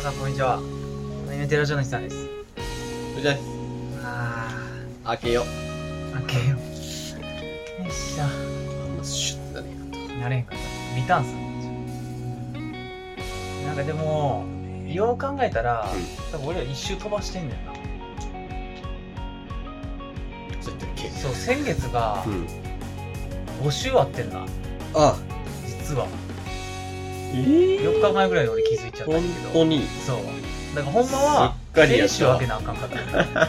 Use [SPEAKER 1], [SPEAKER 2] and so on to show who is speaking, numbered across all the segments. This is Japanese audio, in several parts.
[SPEAKER 1] さん、こんにちは。アニメテラジオの日さんです。
[SPEAKER 2] それじゃ
[SPEAKER 1] あ
[SPEAKER 2] あ、開けよう。
[SPEAKER 1] ー、開けよう。よいしょ。
[SPEAKER 2] あんまシュッてだね。
[SPEAKER 1] なれへんかった。リターンするんですよなんかでも、よう考えたら、多分俺ら一周飛ばしてんねんな。
[SPEAKER 2] そうやったっけ
[SPEAKER 1] そう、先月が
[SPEAKER 2] うん。
[SPEAKER 1] 5週あってんな、
[SPEAKER 2] あ、
[SPEAKER 1] 実は。
[SPEAKER 2] えぇ
[SPEAKER 1] 4日前ぐらいに俺気づいちゃったんや
[SPEAKER 2] 本
[SPEAKER 1] けど。
[SPEAKER 2] 当に。
[SPEAKER 1] そう。だからほんまは、
[SPEAKER 2] すっかりやったわ
[SPEAKER 1] 選手分けなあかんかった。 どっ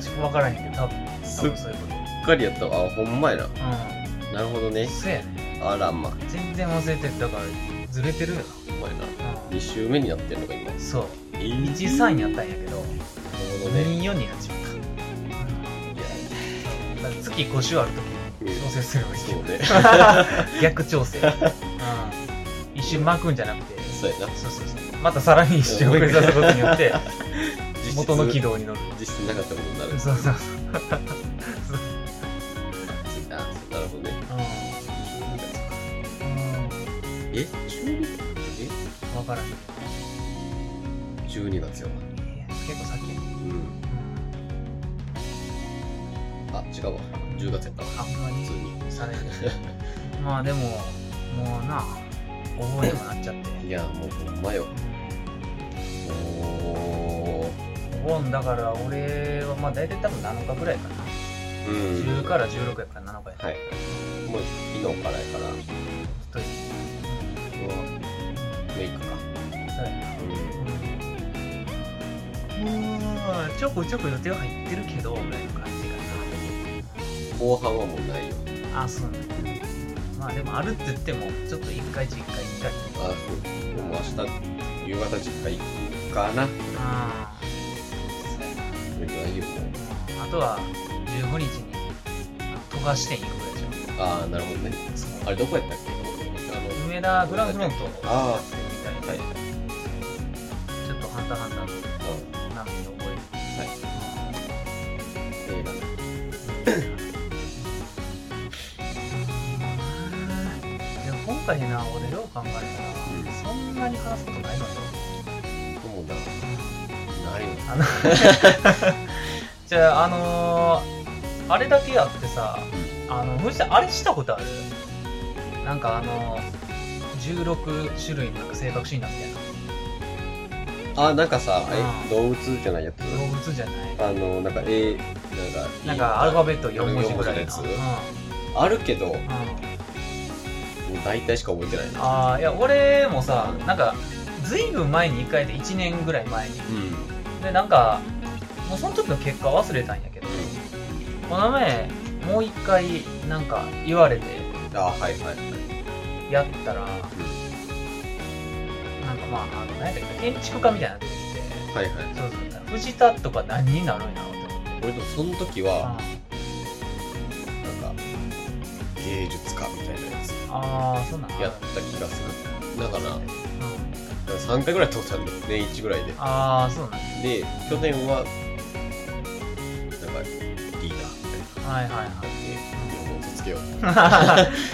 [SPEAKER 1] ちか分からへんけど、多分、多分そういうこと。
[SPEAKER 2] しっかりやったわ。あ、ほんまや
[SPEAKER 1] う
[SPEAKER 2] な。なるほどね
[SPEAKER 1] ん。。そうやね。
[SPEAKER 2] あらま。
[SPEAKER 1] 全然忘れてる。だから、ずれてるよ
[SPEAKER 2] ほんまやな。
[SPEAKER 1] な。
[SPEAKER 2] 2週目になってんのか、今。
[SPEAKER 1] そう。
[SPEAKER 2] えー
[SPEAKER 1] 13
[SPEAKER 2] なる
[SPEAKER 1] やったんやけど、
[SPEAKER 2] ほどね。
[SPEAKER 1] 24になっちまった。
[SPEAKER 2] いや、
[SPEAKER 1] だから月5週あると
[SPEAKER 2] うん
[SPEAKER 1] き、調整すればいいけ
[SPEAKER 2] そう
[SPEAKER 1] ど。
[SPEAKER 2] ね。
[SPEAKER 1] 逆調整。うん。一瞬巻くんじゃなくて、
[SPEAKER 2] そうやな。
[SPEAKER 1] そうそうそう。またさらに一瞬遅れさすことによ って、
[SPEAKER 2] 実質
[SPEAKER 1] 元の軌。道に乗る。
[SPEAKER 2] 実質なかったことになる。
[SPEAKER 1] そうそうそう。
[SPEAKER 2] あ、なるほどね。
[SPEAKER 1] う
[SPEAKER 2] 12月か
[SPEAKER 1] ん。うん
[SPEAKER 2] え ?12?
[SPEAKER 1] わからんい
[SPEAKER 2] え ?12 月よ。
[SPEAKER 1] や結構先やね
[SPEAKER 2] うん。
[SPEAKER 1] うん
[SPEAKER 2] あ、違うわ。10月やったわ。
[SPEAKER 1] あんま
[SPEAKER 2] 普通
[SPEAKER 1] り
[SPEAKER 2] に。
[SPEAKER 1] されるまあでももうな覚えにもなっちゃって
[SPEAKER 2] いや、もうほんまよ。おー。
[SPEAKER 1] お盆だから俺はまあ大体多分7日ぐらいかな、
[SPEAKER 2] う
[SPEAKER 1] 10から16やから7日や
[SPEAKER 2] はい。もう昨日からやから、
[SPEAKER 1] という
[SPEAKER 2] 今日メイクか。
[SPEAKER 1] そうやなうんちょこちょこ予定は入ってるけどぐらいの感じ
[SPEAKER 2] 後半はもうないよ。
[SPEAKER 1] かなあそうなんだまあでもあるって言ってもちょっと1回実家行ったりとか
[SPEAKER 2] あそう。もう明日、夕方実家行くかな。
[SPEAKER 1] あ
[SPEAKER 2] それぐらいよ。
[SPEAKER 1] あとは15日に富樫店行くぐらいじゃん
[SPEAKER 2] ああ、なるほどね。あれ、どこやったっけあの、
[SPEAKER 1] 梅田グランフロント
[SPEAKER 2] あ
[SPEAKER 1] みた
[SPEAKER 2] はいい。
[SPEAKER 1] なちょっとハンターハンター
[SPEAKER 2] う
[SPEAKER 1] の波を覚
[SPEAKER 2] んはい。映画
[SPEAKER 1] えるでも今回な俺どう考えたらそんなに話すことないのよ
[SPEAKER 2] もうな、ないよ。
[SPEAKER 1] あの じゃああのー、あれだけあってさあのむしろあれしたことあるなんかあの16種類のなんか性格診断みたいな
[SPEAKER 2] あ、なんかさ、
[SPEAKER 1] う
[SPEAKER 2] え、
[SPEAKER 1] ん
[SPEAKER 2] 動物じゃないやつ
[SPEAKER 1] 動物じゃない
[SPEAKER 2] あの、なんか、え、なんか、
[SPEAKER 1] なんかアルファベット
[SPEAKER 2] 4
[SPEAKER 1] 4文字ぐらい
[SPEAKER 2] のや
[SPEAKER 1] な
[SPEAKER 2] つ
[SPEAKER 1] うんうん
[SPEAKER 2] あるけど、もう大体しか覚えてないな。
[SPEAKER 1] ああいや俺もさなんかずいぶん前に1回で1年ぐらい前に
[SPEAKER 2] うん。
[SPEAKER 1] でなんかもうその時の結果忘れたんやけどこの前もう1回なんか言われて
[SPEAKER 2] あ、はいはいはい。
[SPEAKER 1] やったらなんかまああの何やったっけ建築家みたいなの出てきて
[SPEAKER 2] はいはい。
[SPEAKER 1] そうそう藤田とか何になるんやろうって思って
[SPEAKER 2] 俺でもその時
[SPEAKER 1] あ
[SPEAKER 2] は、なんか、芸術家みたいなやつ
[SPEAKER 1] あーそんなんある
[SPEAKER 2] やった気がする。だから、
[SPEAKER 1] うん
[SPEAKER 2] 3回ぐらい通ったんだよ。年1ぐらいで。
[SPEAKER 1] ああそうなんや
[SPEAKER 2] で、去年は、なんか、リーダーみたいな
[SPEAKER 1] はいはいは い
[SPEAKER 2] 感じで、日本をつけよ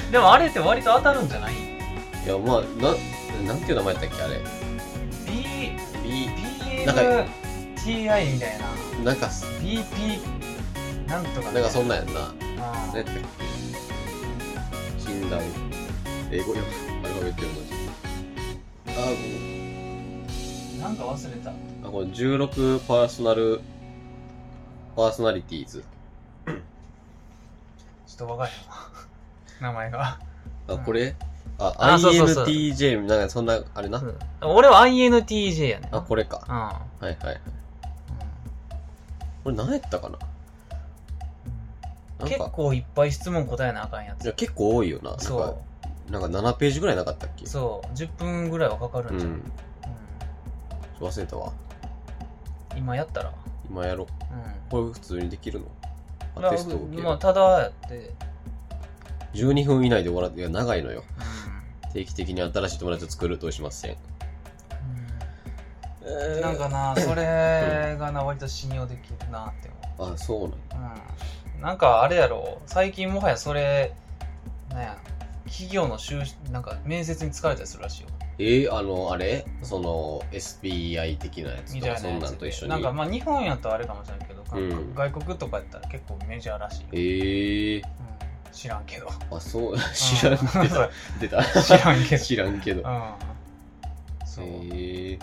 [SPEAKER 2] う。
[SPEAKER 1] でもあれって割と当たるんじゃない
[SPEAKER 2] いや、まあ、な、なんていう名前やったっけ、あれ。
[SPEAKER 1] B
[SPEAKER 2] B、なんか
[SPEAKER 1] BMTI みたいな
[SPEAKER 2] なんか、
[SPEAKER 1] BP なんとか
[SPEAKER 2] なんかそん
[SPEAKER 1] な
[SPEAKER 2] なんやんな。何やったっけ診断。英語よ。アルファベット読むの。あ、もう。
[SPEAKER 1] なんか忘れた
[SPEAKER 2] あこれ16パーソナル、パーソナリティーズ。
[SPEAKER 1] ちょっと分からへんわ名前が
[SPEAKER 2] あ、
[SPEAKER 1] うん
[SPEAKER 2] これあ、
[SPEAKER 1] あそうそうそう
[SPEAKER 2] INTJ、なんかそんな、あれな。
[SPEAKER 1] 俺は INTJ やねん
[SPEAKER 2] あ、これか。
[SPEAKER 1] うん
[SPEAKER 2] はいはい。これ何やったか
[SPEAKER 1] う
[SPEAKER 2] ななんん
[SPEAKER 1] 結
[SPEAKER 2] か、
[SPEAKER 1] 構いっぱい質問答えなあかんや
[SPEAKER 2] いや
[SPEAKER 1] つ
[SPEAKER 2] 結構多いよな。なんか
[SPEAKER 1] そ
[SPEAKER 2] なんか7ページぐらいなかったっけ
[SPEAKER 1] うそう10分ぐらいはかかる
[SPEAKER 2] うん
[SPEAKER 1] じゃん、うん
[SPEAKER 2] ん。忘れたわ。
[SPEAKER 1] 今やったら
[SPEAKER 2] 今やろう。
[SPEAKER 1] うん
[SPEAKER 2] これ普通にできるの
[SPEAKER 1] い
[SPEAKER 2] あ
[SPEAKER 1] や
[SPEAKER 2] テスト受け
[SPEAKER 1] まあ
[SPEAKER 2] る。
[SPEAKER 1] ただやって、
[SPEAKER 2] 12分以内で終わらいや、長いのよ。
[SPEAKER 1] う
[SPEAKER 2] 定期的に新しい友達を作るとしません。
[SPEAKER 1] んうん、なんかなそれがな割と信用できるなって思う
[SPEAKER 2] あ、そうなの
[SPEAKER 1] うんなんかあれやろ最近もはやそれなんや企業の就なんか面接に疲れたりするらしいよ
[SPEAKER 2] えー、あの、あれその SPI 的なやつ
[SPEAKER 1] み
[SPEAKER 2] と
[SPEAKER 1] たいなやつ
[SPEAKER 2] か、そんなんと一緒に。
[SPEAKER 1] なんかまあ日本やとあれかもしれないけど、韓国
[SPEAKER 2] うん
[SPEAKER 1] 外国とかやったら結構メジャーらしいよ、
[SPEAKER 2] えー、
[SPEAKER 1] うん知らんけど
[SPEAKER 2] あ、そう、 知らん
[SPEAKER 1] う
[SPEAKER 2] けど。
[SPEAKER 1] ん
[SPEAKER 2] 出 た。
[SPEAKER 1] 知らんけ ど
[SPEAKER 2] 知らんけど。
[SPEAKER 1] うんそう、
[SPEAKER 2] え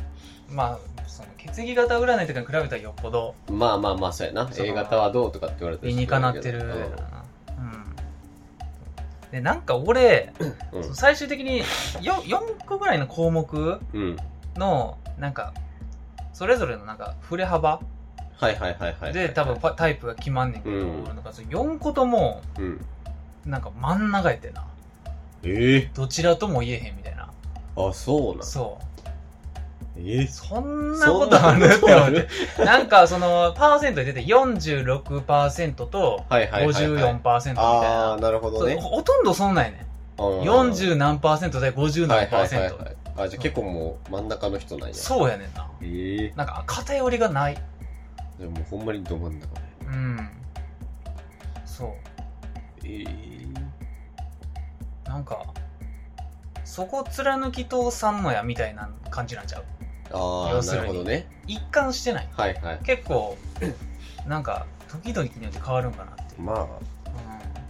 [SPEAKER 1] まあその血液型占いとかに比べたらよっぽど
[SPEAKER 2] ー、まあまあまあ、そうやな。
[SPEAKER 1] その
[SPEAKER 2] A 型はどうとかって言われたら
[SPEAKER 1] 理にかなってる
[SPEAKER 2] うん
[SPEAKER 1] なうんでなんか俺、
[SPEAKER 2] うん
[SPEAKER 1] そう最終的に 4, 4個ぐらいの項目
[SPEAKER 2] うん。
[SPEAKER 1] のなんかそれぞれのなんか振れ幅
[SPEAKER 2] はいはいはいはい。
[SPEAKER 1] で多分パタイプが決まんねんけど、
[SPEAKER 2] うん
[SPEAKER 1] 俺なんかその4個とも
[SPEAKER 2] うん。
[SPEAKER 1] なんか真ん中やってんな
[SPEAKER 2] え
[SPEAKER 1] どちらとも言えへんみたいな
[SPEAKER 2] ー、あ、そうなん。
[SPEAKER 1] そう
[SPEAKER 2] えー、
[SPEAKER 1] そんなことあるって思って なんかそのパーセントで出て46%と
[SPEAKER 2] はいはいはい、はい。
[SPEAKER 1] 54%みたいな、
[SPEAKER 2] ああ、なるほど
[SPEAKER 1] そう
[SPEAKER 2] ね。
[SPEAKER 1] ほほとんどそんなんやね
[SPEAKER 2] うん
[SPEAKER 1] ん40何パーセントで50
[SPEAKER 2] はい
[SPEAKER 1] 何パー
[SPEAKER 2] はいはい
[SPEAKER 1] セント
[SPEAKER 2] はい。あ、じゃあ結構もう真ん中の人なんや。
[SPEAKER 1] そうやねんな
[SPEAKER 2] えー、
[SPEAKER 1] なんか偏りがない
[SPEAKER 2] じゃあもうほんまにど真ん中ね。
[SPEAKER 1] うんそう
[SPEAKER 2] えー、
[SPEAKER 1] なんかそこ貫き通さんのやみたいな感じなんちゃう
[SPEAKER 2] あ
[SPEAKER 1] 要
[SPEAKER 2] あ、
[SPEAKER 1] す
[SPEAKER 2] な
[SPEAKER 1] る
[SPEAKER 2] る
[SPEAKER 1] に
[SPEAKER 2] ほどね。
[SPEAKER 1] 一貫してない
[SPEAKER 2] はいはい。
[SPEAKER 1] 結構なんか時々によって変わるんかなっていう
[SPEAKER 2] まあ、ま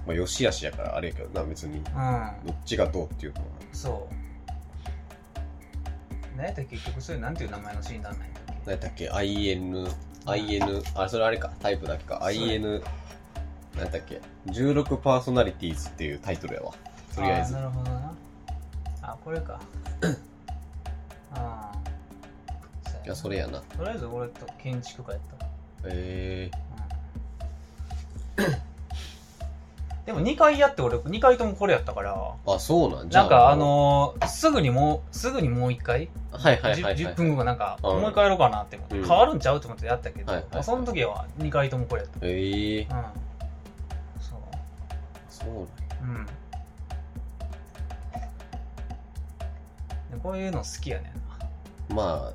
[SPEAKER 2] あ、よしあしやからあれやけどな、別に。
[SPEAKER 1] うん、うん
[SPEAKER 2] どっちがどうっていうのは。
[SPEAKER 1] そう何やったっけ結局それなんていう名前のシーンなんないんだっけ
[SPEAKER 2] 何やったっけ ?IN、IN、あ、それあれか、タイプだけか。
[SPEAKER 1] そう
[SPEAKER 2] IN、何やったっけ ?16 パーソナリティーズっていうタイトルやわ。とりあえず
[SPEAKER 1] ー。なるほどなあこれかああ
[SPEAKER 2] いや、それやな。
[SPEAKER 1] とりあえず俺と建築家やった、
[SPEAKER 2] え
[SPEAKER 1] うんでも2回やって俺2回ともこれやったから
[SPEAKER 2] ー、あ、そうなんじゃ
[SPEAKER 1] なんかあ、のーすぐにもうすぐにもう一回、
[SPEAKER 2] はいはいはいはい。
[SPEAKER 1] 10, 10分後なんか
[SPEAKER 2] うん
[SPEAKER 1] 思い返ろうかなって思って、
[SPEAKER 2] うん
[SPEAKER 1] 変わるんちゃうと思ってやったけど、
[SPEAKER 2] はいはいはい
[SPEAKER 1] まあ、その時は2回ともこれやっ
[SPEAKER 2] えー、
[SPEAKER 1] たうんそう
[SPEAKER 2] そうなん
[SPEAKER 1] うんでこういうの好きやねんな
[SPEAKER 2] まあ、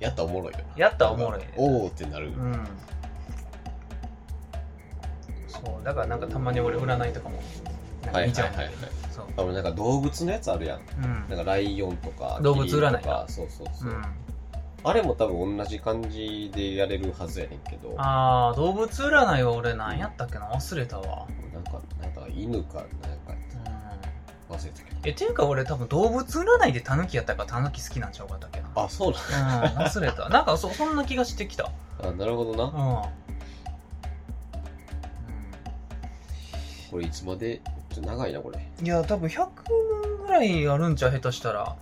[SPEAKER 2] やったらおもろいよな。
[SPEAKER 1] やったらおもろいね
[SPEAKER 2] おーってな
[SPEAKER 1] う
[SPEAKER 2] る。
[SPEAKER 1] んそうだからなんかたまに俺占いとかもなんか
[SPEAKER 2] はいはい
[SPEAKER 1] 見ちゃ
[SPEAKER 2] は
[SPEAKER 1] う
[SPEAKER 2] い
[SPEAKER 1] んだ
[SPEAKER 2] はい
[SPEAKER 1] けど。そう
[SPEAKER 2] あのなんか動物のやつあるやん。
[SPEAKER 1] うん
[SPEAKER 2] なんかライオンとか、
[SPEAKER 1] 動物占い
[SPEAKER 2] キリンとか。そうそうそうう。
[SPEAKER 1] ん
[SPEAKER 2] あれも多分同じ感じでやれるはずやねんけど。
[SPEAKER 1] ああ動物占いは俺何やったっけな忘れたわ
[SPEAKER 2] なんか、なんか犬か、なんか
[SPEAKER 1] うん
[SPEAKER 2] 忘れたけど。
[SPEAKER 1] えっていうか俺多分動物占いでタヌキやったからタヌキ好きなんちゃうかったっけな
[SPEAKER 2] あ、そうなん
[SPEAKER 1] うん忘れたなんかそそんな気がしてきた
[SPEAKER 2] あなるほど
[SPEAKER 1] う
[SPEAKER 2] な。
[SPEAKER 1] んうん
[SPEAKER 2] これいつまで、ちょっと長いな、これ。
[SPEAKER 1] いや多分100問ぐらいあるんちゃう下手したら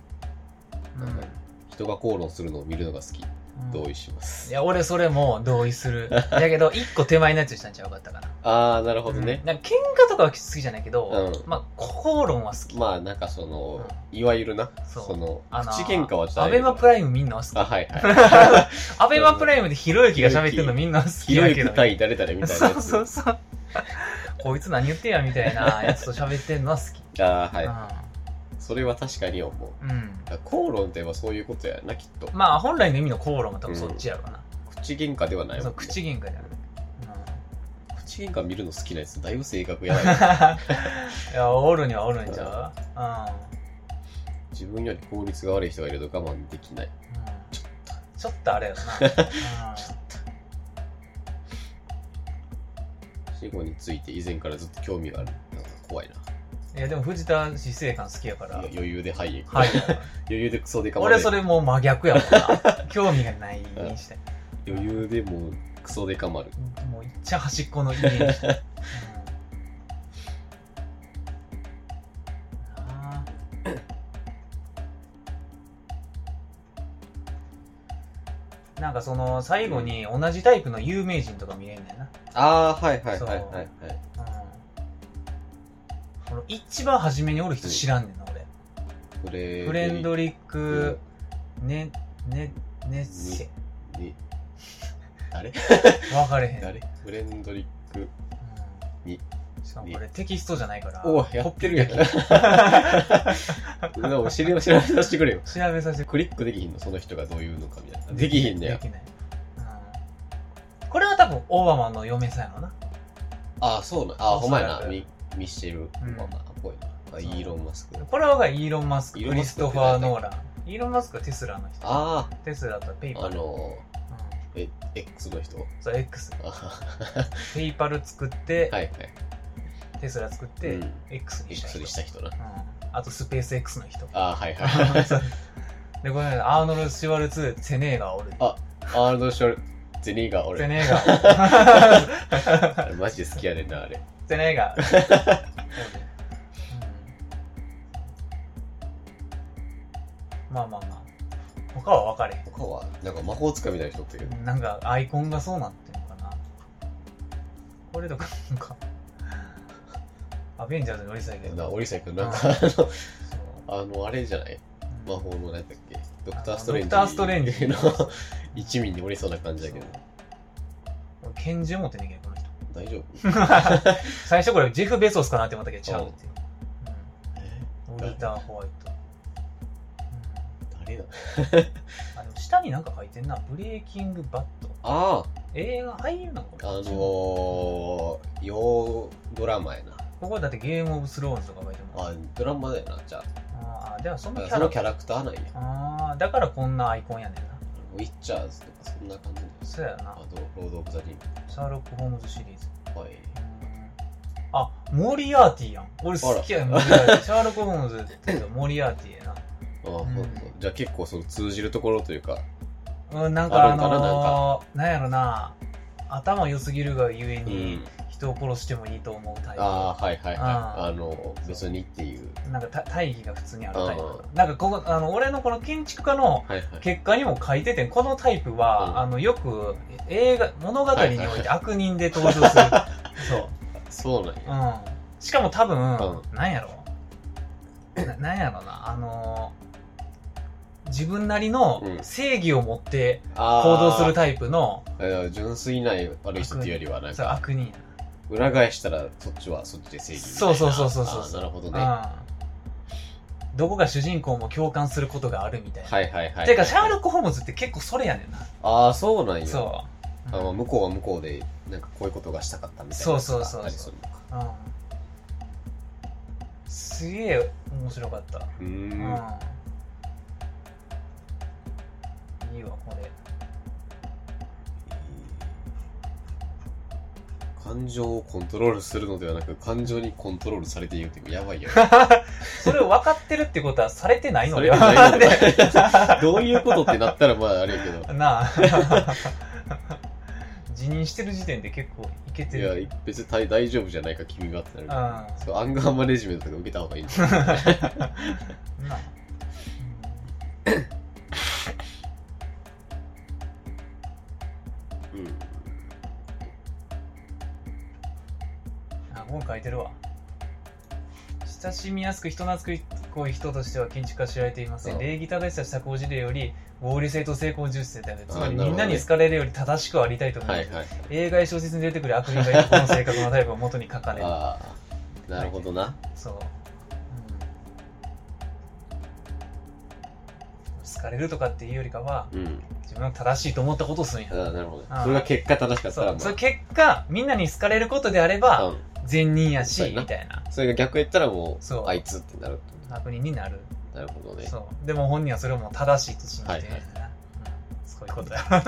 [SPEAKER 2] なんか人が口論するのを見るのが好き。
[SPEAKER 1] うん
[SPEAKER 2] 同意しま
[SPEAKER 1] い
[SPEAKER 2] す。
[SPEAKER 1] や、俺それも同意す る。だけど、一個手前のやつにしたんちゃうかったかな。
[SPEAKER 2] あー、なるほどね
[SPEAKER 1] うん。。なんか喧嘩とかは好きじゃないけど、
[SPEAKER 2] う
[SPEAKER 1] まあ、口論は好き。
[SPEAKER 2] まあ、なんかその、いわゆるな、
[SPEAKER 1] そう
[SPEAKER 2] その、
[SPEAKER 1] あの
[SPEAKER 2] 口喧嘩はちょっと
[SPEAKER 1] ア
[SPEAKER 2] あれ
[SPEAKER 1] ベ
[SPEAKER 2] やけど
[SPEAKER 1] マプライムみんなは好
[SPEAKER 2] あ、
[SPEAKER 1] き。
[SPEAKER 2] はいはい。
[SPEAKER 1] アベマプライムでひろゆきが喋ってるのみんなは好き
[SPEAKER 2] ひろ
[SPEAKER 1] だ
[SPEAKER 2] ゆ
[SPEAKER 1] け
[SPEAKER 2] き
[SPEAKER 1] ど。
[SPEAKER 2] 対誰々みたいな
[SPEAKER 1] そ
[SPEAKER 2] や
[SPEAKER 1] う
[SPEAKER 2] つ。
[SPEAKER 1] そうそう。こいつ何言ってんやみたいなやつと喋ってんのは好き。
[SPEAKER 2] あー、はい。それは確かに思う。
[SPEAKER 1] うん。うん。
[SPEAKER 2] だから口論って言えばそういうことやな、きっと。
[SPEAKER 1] まあ、本来の意味の口論は多分そっちやろうな。
[SPEAKER 2] 口喧嘩ではないも
[SPEAKER 1] そ
[SPEAKER 2] ん
[SPEAKER 1] う、
[SPEAKER 2] ね、
[SPEAKER 1] 口喧嘩だよね。
[SPEAKER 2] 口喧嘩見るの好きなやつ、だいぶ性格や
[SPEAKER 1] うん
[SPEAKER 2] ない。
[SPEAKER 1] いや、おるにはおるんちゃううん。
[SPEAKER 2] 自分より効率が悪い人がいると我慢できない。
[SPEAKER 1] ちょっと。ちょっとあれよ な。
[SPEAKER 2] 死後について以前からずっと興味がある。なんか怖いな。
[SPEAKER 1] うんいや、でも藤田死生観好きやから。
[SPEAKER 2] いや余裕ではい。
[SPEAKER 1] はい。
[SPEAKER 2] 余裕でクソでかまれ
[SPEAKER 1] 俺それもう真逆やもんな。興味がない家にして。
[SPEAKER 2] 余裕でもうクソでかまる。
[SPEAKER 1] もういっちゃ端っこの家にして。うんなあなんかその最後に同じタイプの有名人とか見れんねんな。
[SPEAKER 2] ああ、はいは
[SPEAKER 1] は
[SPEAKER 2] い
[SPEAKER 1] いはい
[SPEAKER 2] いはい。
[SPEAKER 1] うん、俺一番初めにおる人知らんねんな、俺。
[SPEAKER 2] フレ
[SPEAKER 1] フレンドリック
[SPEAKER 2] ク、
[SPEAKER 1] ね、ね、ねっせ。
[SPEAKER 2] に。誰
[SPEAKER 1] 分かれへん。
[SPEAKER 2] 誰フレンドリック。
[SPEAKER 1] うん
[SPEAKER 2] に
[SPEAKER 1] しかもこれテキストじゃないから。
[SPEAKER 2] おやってるやん
[SPEAKER 1] コピーで
[SPEAKER 2] でも知り知らさせてくれよ。
[SPEAKER 1] きる 調べさせて
[SPEAKER 2] クリックできひんのその人がどういうのかみたいな。できひんねや
[SPEAKER 1] で。きない。うんこれは多分オバマの嫁さんやろな。
[SPEAKER 2] ああ、そうな。ああ、ほんまや
[SPEAKER 1] そ
[SPEAKER 2] な。
[SPEAKER 1] う
[SPEAKER 2] ミミッシェル・オバマっぽいな。あイーロン・マスク。
[SPEAKER 1] これはイーロン・マスク、
[SPEAKER 2] イー
[SPEAKER 1] ク
[SPEAKER 2] ロン
[SPEAKER 1] リ
[SPEAKER 2] マ
[SPEAKER 1] ス
[SPEAKER 2] スク
[SPEAKER 1] ト
[SPEAKER 2] って
[SPEAKER 1] フ
[SPEAKER 2] 誰
[SPEAKER 1] ァー・
[SPEAKER 2] だっけ
[SPEAKER 1] ノーラン。イーロン・マスクはテスラの人。
[SPEAKER 2] あ
[SPEAKER 1] テスラとペイ
[SPEAKER 2] あ、
[SPEAKER 1] パ
[SPEAKER 2] あ
[SPEAKER 1] ル。うん、
[SPEAKER 2] のえ、X の人
[SPEAKER 1] そう、X。
[SPEAKER 2] あは
[SPEAKER 1] ペイパル作って、
[SPEAKER 2] はいはい。
[SPEAKER 1] テスラ作って、
[SPEAKER 2] うん
[SPEAKER 1] X にした
[SPEAKER 2] X
[SPEAKER 1] 人。
[SPEAKER 2] にした人な。
[SPEAKER 1] うん、あと、スペース X の人。
[SPEAKER 2] ああ、はい はい。
[SPEAKER 1] で、これ、アーノルド・シュワルツ、セネーがおる。
[SPEAKER 2] アーノルド・ショルツェニーが
[SPEAKER 1] セ
[SPEAKER 2] 俺、
[SPEAKER 1] ネー が
[SPEAKER 2] あれマジで好きやねんな、あれ。
[SPEAKER 1] おる。セネーが。うんまあまあまあ。他は分かれへん。
[SPEAKER 2] 他は、なんか魔法使いみたいな人おったけど。
[SPEAKER 1] なんかアイコンがそうなってんのかな。これとかなんか、アベンジャーズに乗りたいけど。
[SPEAKER 2] な、
[SPEAKER 1] そう
[SPEAKER 2] オリサイ君、なんか、あの、あの、あれじゃない魔
[SPEAKER 1] うん
[SPEAKER 2] 法の何やったっけドクター・ストレンジ。
[SPEAKER 1] ドクターストレンジ
[SPEAKER 2] の一味におりそうな感じだけど。
[SPEAKER 1] 俺拳銃持ってんねんけど、この人。
[SPEAKER 2] 大丈夫
[SPEAKER 1] 最初これジェフ・ベソスかなって思ったけど、違うっていう。うん。ウ
[SPEAKER 2] え
[SPEAKER 1] ィター・ホワイト。うん
[SPEAKER 2] 誰だ
[SPEAKER 1] あの下になんか書いてんな。ブレイキング・バット。
[SPEAKER 2] あ
[SPEAKER 1] 映画俳優なのこ
[SPEAKER 2] あ、
[SPEAKER 1] れ
[SPEAKER 2] あのー、洋ドラマやな。
[SPEAKER 1] ここだってゲーム・オブ・スローンズとか書いても
[SPEAKER 2] あ、ドラマだよな、じゃ
[SPEAKER 1] ああ、ではその
[SPEAKER 2] あ。
[SPEAKER 1] キ
[SPEAKER 2] そ
[SPEAKER 1] ャ
[SPEAKER 2] の
[SPEAKER 1] ラ。
[SPEAKER 2] キャラクターなんや。
[SPEAKER 1] ああ、だからこんなアイコンやねんな。
[SPEAKER 2] ウィッチャーズとかそんな感じだよ。
[SPEAKER 1] そうやな
[SPEAKER 2] あ。と、ロード・オブ・ザ・リン
[SPEAKER 1] シャーロック・ホームズシリーズ。
[SPEAKER 2] グ。はい。
[SPEAKER 1] あ、モリアーティやん。俺好きやん、モリアーティ。シャーロック・ホームズって言うけどモリアーティや
[SPEAKER 2] ああ、
[SPEAKER 1] ん
[SPEAKER 2] ほんとじゃあ結構その通じるところというか、
[SPEAKER 1] な。うん、なんか
[SPEAKER 2] あ
[SPEAKER 1] あ
[SPEAKER 2] るんかな
[SPEAKER 1] のー、なんやろな、頭良すぎるがゆえ
[SPEAKER 2] う
[SPEAKER 1] に
[SPEAKER 2] ん、
[SPEAKER 1] 人を殺してもいいと思うタイプ。
[SPEAKER 2] ああはいはいはい
[SPEAKER 1] あ
[SPEAKER 2] あの別にっていう
[SPEAKER 1] なんかた大義が普通にあるタイプ
[SPEAKER 2] あ。
[SPEAKER 1] なんかここ、あの、俺のこの建築家の
[SPEAKER 2] はいはい
[SPEAKER 1] 結果にも書いてて、このタイプは、
[SPEAKER 2] うん
[SPEAKER 1] あの、よく映画、物語に
[SPEAKER 2] は
[SPEAKER 1] お
[SPEAKER 2] い
[SPEAKER 1] い
[SPEAKER 2] はい
[SPEAKER 1] て悪人で登場す る。そう。
[SPEAKER 2] そうなんや
[SPEAKER 1] うん、しかも多分、
[SPEAKER 2] う
[SPEAKER 1] なんやろななんやろなあのー自分なりの
[SPEAKER 2] うん
[SPEAKER 1] 正義を持って
[SPEAKER 2] あ
[SPEAKER 1] 行動する
[SPEAKER 2] タ
[SPEAKER 1] タイプの、
[SPEAKER 2] イプ純粋な悪い人っていうよりはなん
[SPEAKER 1] そう
[SPEAKER 2] か
[SPEAKER 1] 悪人、
[SPEAKER 2] 裏返したらそっちはそっちで正義みたいな
[SPEAKER 1] そうそうそうそうそう
[SPEAKER 2] あーなるほど
[SPEAKER 1] うん
[SPEAKER 2] ねは
[SPEAKER 1] どこが主人公も共感することがあるみたい
[SPEAKER 2] い
[SPEAKER 1] な、
[SPEAKER 2] はいはい
[SPEAKER 1] ていうかシャーロック・ホームズって結構それやねんな、
[SPEAKER 2] ああそうなんや
[SPEAKER 1] そう、
[SPEAKER 2] あ
[SPEAKER 1] うん
[SPEAKER 2] の向こうは向こうでなんかこういうことがしたかったみたいな
[SPEAKER 1] そうそうそうそう
[SPEAKER 2] あったりするのか
[SPEAKER 1] うんすげえ面白かった
[SPEAKER 2] う
[SPEAKER 1] う
[SPEAKER 2] ー
[SPEAKER 1] ん
[SPEAKER 2] ん
[SPEAKER 1] いいわこれ
[SPEAKER 2] 感情をコントロールするのではなく感情にコントロールされているっていうやばいや ばい
[SPEAKER 1] それを分かってるってことはされてないの
[SPEAKER 2] そ
[SPEAKER 1] で
[SPEAKER 2] れ
[SPEAKER 1] は
[SPEAKER 2] がない
[SPEAKER 1] で
[SPEAKER 2] のかどういうことってなったらまああれやけ ど
[SPEAKER 1] なあ辞任してる時点で結構いけて
[SPEAKER 2] いや
[SPEAKER 1] る、
[SPEAKER 2] 別に大大丈夫じゃないか、君がってなるから。
[SPEAKER 1] うん
[SPEAKER 2] そうアンガーマネジメントとか受けた方がいいんだよ
[SPEAKER 1] なあ
[SPEAKER 2] うん。
[SPEAKER 1] うんあ本書いてるわ親しみやすく人懐っこい人としては建築家は知られていませ
[SPEAKER 2] うん
[SPEAKER 1] ん礼儀正しさ社交辞令より合理性と成功を重視するためつまり
[SPEAKER 2] あなる
[SPEAKER 1] み
[SPEAKER 2] ほ
[SPEAKER 1] ん
[SPEAKER 2] ど
[SPEAKER 1] な
[SPEAKER 2] ね
[SPEAKER 1] に好かれるより正しくありたいと思
[SPEAKER 2] はい
[SPEAKER 1] ま
[SPEAKER 2] い
[SPEAKER 1] す、
[SPEAKER 2] はい。
[SPEAKER 1] 映画や小説に出てくる悪人がいるこの性格のタイプを元に書かれる
[SPEAKER 2] ああ、なるほどな。
[SPEAKER 1] そう、好かれるとかっていうよりかは
[SPEAKER 2] うん。
[SPEAKER 1] 自分が正しいと思ったことをするん
[SPEAKER 2] あ
[SPEAKER 1] や
[SPEAKER 2] ーなるほどね
[SPEAKER 1] あ。ー
[SPEAKER 2] それが結果正しかった
[SPEAKER 1] そ
[SPEAKER 2] ら、
[SPEAKER 1] う
[SPEAKER 2] ま
[SPEAKER 1] その結果みんなに好かれることであれば
[SPEAKER 2] あ、うん
[SPEAKER 1] 善人や
[SPEAKER 2] そう
[SPEAKER 1] し
[SPEAKER 2] やな
[SPEAKER 1] みたいな
[SPEAKER 2] それが逆言ったらもう、
[SPEAKER 1] そう
[SPEAKER 2] あいつってなるってこ
[SPEAKER 1] 悪人になる、
[SPEAKER 2] と。なるほどね。
[SPEAKER 1] そうでも本人はそれをもう正しいと信じてる
[SPEAKER 2] はいはい
[SPEAKER 1] な、うん、そういうことだよ な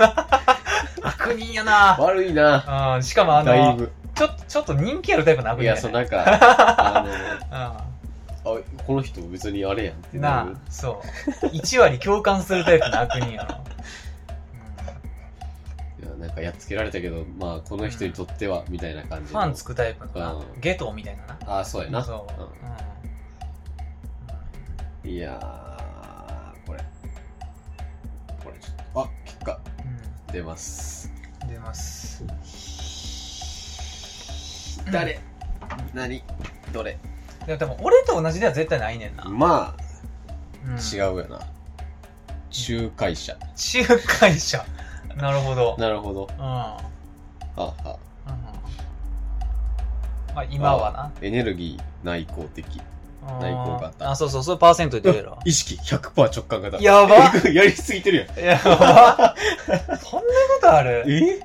[SPEAKER 1] 悪人やな
[SPEAKER 2] 悪いな。
[SPEAKER 1] うん、しかもあ
[SPEAKER 2] だい
[SPEAKER 1] の
[SPEAKER 2] ぶ。
[SPEAKER 1] ちょっとちょっと人気あるタイプの悪人
[SPEAKER 2] い
[SPEAKER 1] や,、
[SPEAKER 2] や、
[SPEAKER 1] ね、
[SPEAKER 2] そうなんか、あ
[SPEAKER 1] う
[SPEAKER 2] の、あこの人別にあれやんって
[SPEAKER 1] ん、
[SPEAKER 2] な
[SPEAKER 1] な
[SPEAKER 2] る。
[SPEAKER 1] あそう1割共感するタイプの悪人やろ、うん
[SPEAKER 2] いやなんかやっつけられたけど、まあ、この人にとっては、みたいな感じ
[SPEAKER 1] フ
[SPEAKER 2] の。
[SPEAKER 1] ァンつくタイプのな、
[SPEAKER 2] うん
[SPEAKER 1] ゲトみたいな
[SPEAKER 2] ああ、そうや
[SPEAKER 1] な。
[SPEAKER 2] な。
[SPEAKER 1] そう。
[SPEAKER 2] うんいやー、これ。これちょっと、あ、結果
[SPEAKER 1] うん
[SPEAKER 2] 出ます。
[SPEAKER 1] うん出ます。
[SPEAKER 2] 誰何どれ
[SPEAKER 1] でも多分俺と同じでは絶対ないねんな。
[SPEAKER 2] まあ、
[SPEAKER 1] うん
[SPEAKER 2] 違う。よな。仲介者。
[SPEAKER 1] 仲介者。なるほど。
[SPEAKER 2] なるほど。
[SPEAKER 1] うん。うん
[SPEAKER 2] はは。
[SPEAKER 1] まあ今はな。
[SPEAKER 2] エネルギー内向的。
[SPEAKER 1] うん
[SPEAKER 2] 内向型
[SPEAKER 1] あ、そうそう、それパーセントで出る わ。
[SPEAKER 2] 意識100%直感型。
[SPEAKER 1] やば
[SPEAKER 2] やりすぎてる
[SPEAKER 1] や
[SPEAKER 2] やん。
[SPEAKER 1] ばそんなことある
[SPEAKER 2] え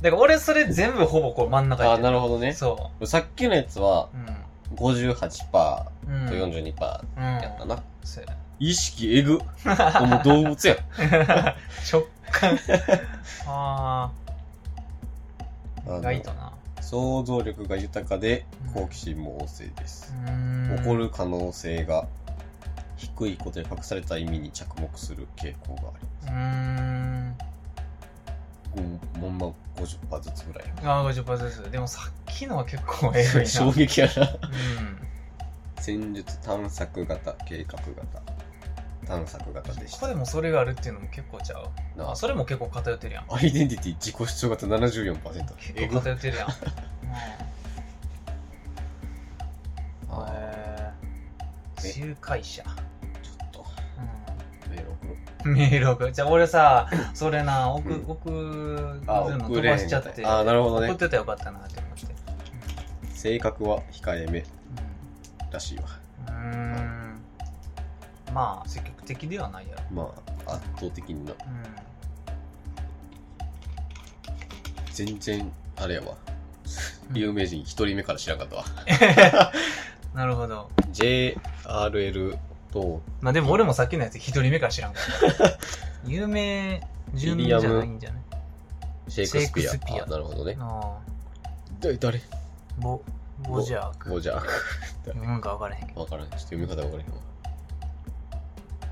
[SPEAKER 1] だから俺それ全部ほぼこう真ん中
[SPEAKER 2] あ
[SPEAKER 1] や
[SPEAKER 2] あ、
[SPEAKER 1] ってる
[SPEAKER 2] なるほどね。
[SPEAKER 1] そ
[SPEAKER 2] さっきのやつは、
[SPEAKER 1] う。うん。
[SPEAKER 2] 58%
[SPEAKER 1] うん。
[SPEAKER 2] と42%や
[SPEAKER 1] うん。
[SPEAKER 2] ったな。
[SPEAKER 1] そうや
[SPEAKER 2] 意識えぐ。もう動物 や。
[SPEAKER 1] 直 感。あ
[SPEAKER 2] あ
[SPEAKER 1] あ、意
[SPEAKER 2] の
[SPEAKER 1] 外とな。
[SPEAKER 2] 想像力が豊かで
[SPEAKER 1] うん
[SPEAKER 2] 好奇心も旺盛です。
[SPEAKER 1] うーん
[SPEAKER 2] 起こ。る可能性が低いことで隠された意味に着目する傾向があり
[SPEAKER 1] うーん。
[SPEAKER 2] ます。ほんま50%ずつぐらいや。
[SPEAKER 1] ああ、50%ずつ。でもさっきのは結構えぐいな。
[SPEAKER 2] 衝撃やな。
[SPEAKER 1] うん。
[SPEAKER 2] 戦術探索型、計画型。探索型でし
[SPEAKER 1] ここ
[SPEAKER 2] た
[SPEAKER 1] で。もそれがあるっていうのも結構ちゃう。
[SPEAKER 2] な
[SPEAKER 1] あ、
[SPEAKER 2] あ
[SPEAKER 1] それも結構偏ってるやん。
[SPEAKER 2] アイデンティティ自己主張型74%。
[SPEAKER 1] 結
[SPEAKER 2] え
[SPEAKER 1] 構
[SPEAKER 2] ぐ
[SPEAKER 1] 偏ってる やん。うん
[SPEAKER 2] あ
[SPEAKER 1] へ
[SPEAKER 2] え
[SPEAKER 1] ー仲介者。
[SPEAKER 2] ーちょっと、メール送ろう。
[SPEAKER 1] うん。メール送る。じゃあ俺さ、それな、送、
[SPEAKER 2] うん
[SPEAKER 1] 送る
[SPEAKER 2] あ、
[SPEAKER 1] の
[SPEAKER 2] 遅
[SPEAKER 1] 飛
[SPEAKER 2] れ
[SPEAKER 1] ば
[SPEAKER 2] へ
[SPEAKER 1] し
[SPEAKER 2] ん
[SPEAKER 1] ちゃって。
[SPEAKER 2] あー、なるほど
[SPEAKER 1] 送っ
[SPEAKER 2] ね。
[SPEAKER 1] てたらよかったなって思って。
[SPEAKER 2] 性格は控えめ
[SPEAKER 1] う
[SPEAKER 2] らしいわ。
[SPEAKER 1] ん。うんまあ、積極的ではないやろ。
[SPEAKER 2] まあ、圧倒的にな。
[SPEAKER 1] う
[SPEAKER 2] 全然、あれやわ。
[SPEAKER 1] ん。
[SPEAKER 2] 有名人一人目から知らんかったわ。
[SPEAKER 1] なるほど。
[SPEAKER 2] JRL と
[SPEAKER 1] まあでも俺もさっきのやつ一人目から知らん から。有名、住民じゃないんじゃない
[SPEAKER 2] シェイクスピア。
[SPEAKER 1] シェイクスピア
[SPEAKER 2] あなるほどね。
[SPEAKER 1] あ
[SPEAKER 2] だ誰
[SPEAKER 1] あ。ボ、ボジャーク。
[SPEAKER 2] ボジャーク。
[SPEAKER 1] 読むんか分からへんけ
[SPEAKER 2] わからん。ちょっと読み方わからへんわ。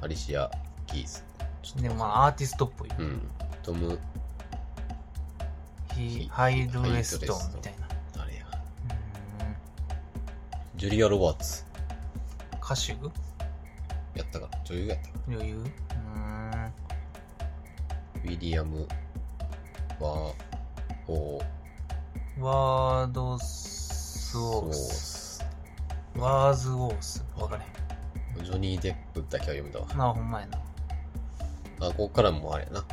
[SPEAKER 2] アリシア・キーズ。
[SPEAKER 1] ど。でもまあ、アーティストっぽい。
[SPEAKER 2] うん。トム、
[SPEAKER 1] ヒハイドレストンみたいな。
[SPEAKER 2] あれや。
[SPEAKER 1] うん
[SPEAKER 2] ジュリア・ロバーツ。
[SPEAKER 1] 歌手
[SPEAKER 2] やったかな。女優やったかな。
[SPEAKER 1] 女優うん。
[SPEAKER 2] ウィリアム・ワー・オー・
[SPEAKER 1] ワードス
[SPEAKER 2] ソ
[SPEAKER 1] ウォ
[SPEAKER 2] ー
[SPEAKER 1] ース。
[SPEAKER 2] ス。
[SPEAKER 1] ワーズウォース。分からへん。
[SPEAKER 2] ジョニー・デップだけは読めたわ。
[SPEAKER 1] なあ、ほんまやな。
[SPEAKER 2] あ、ここからもあれやな。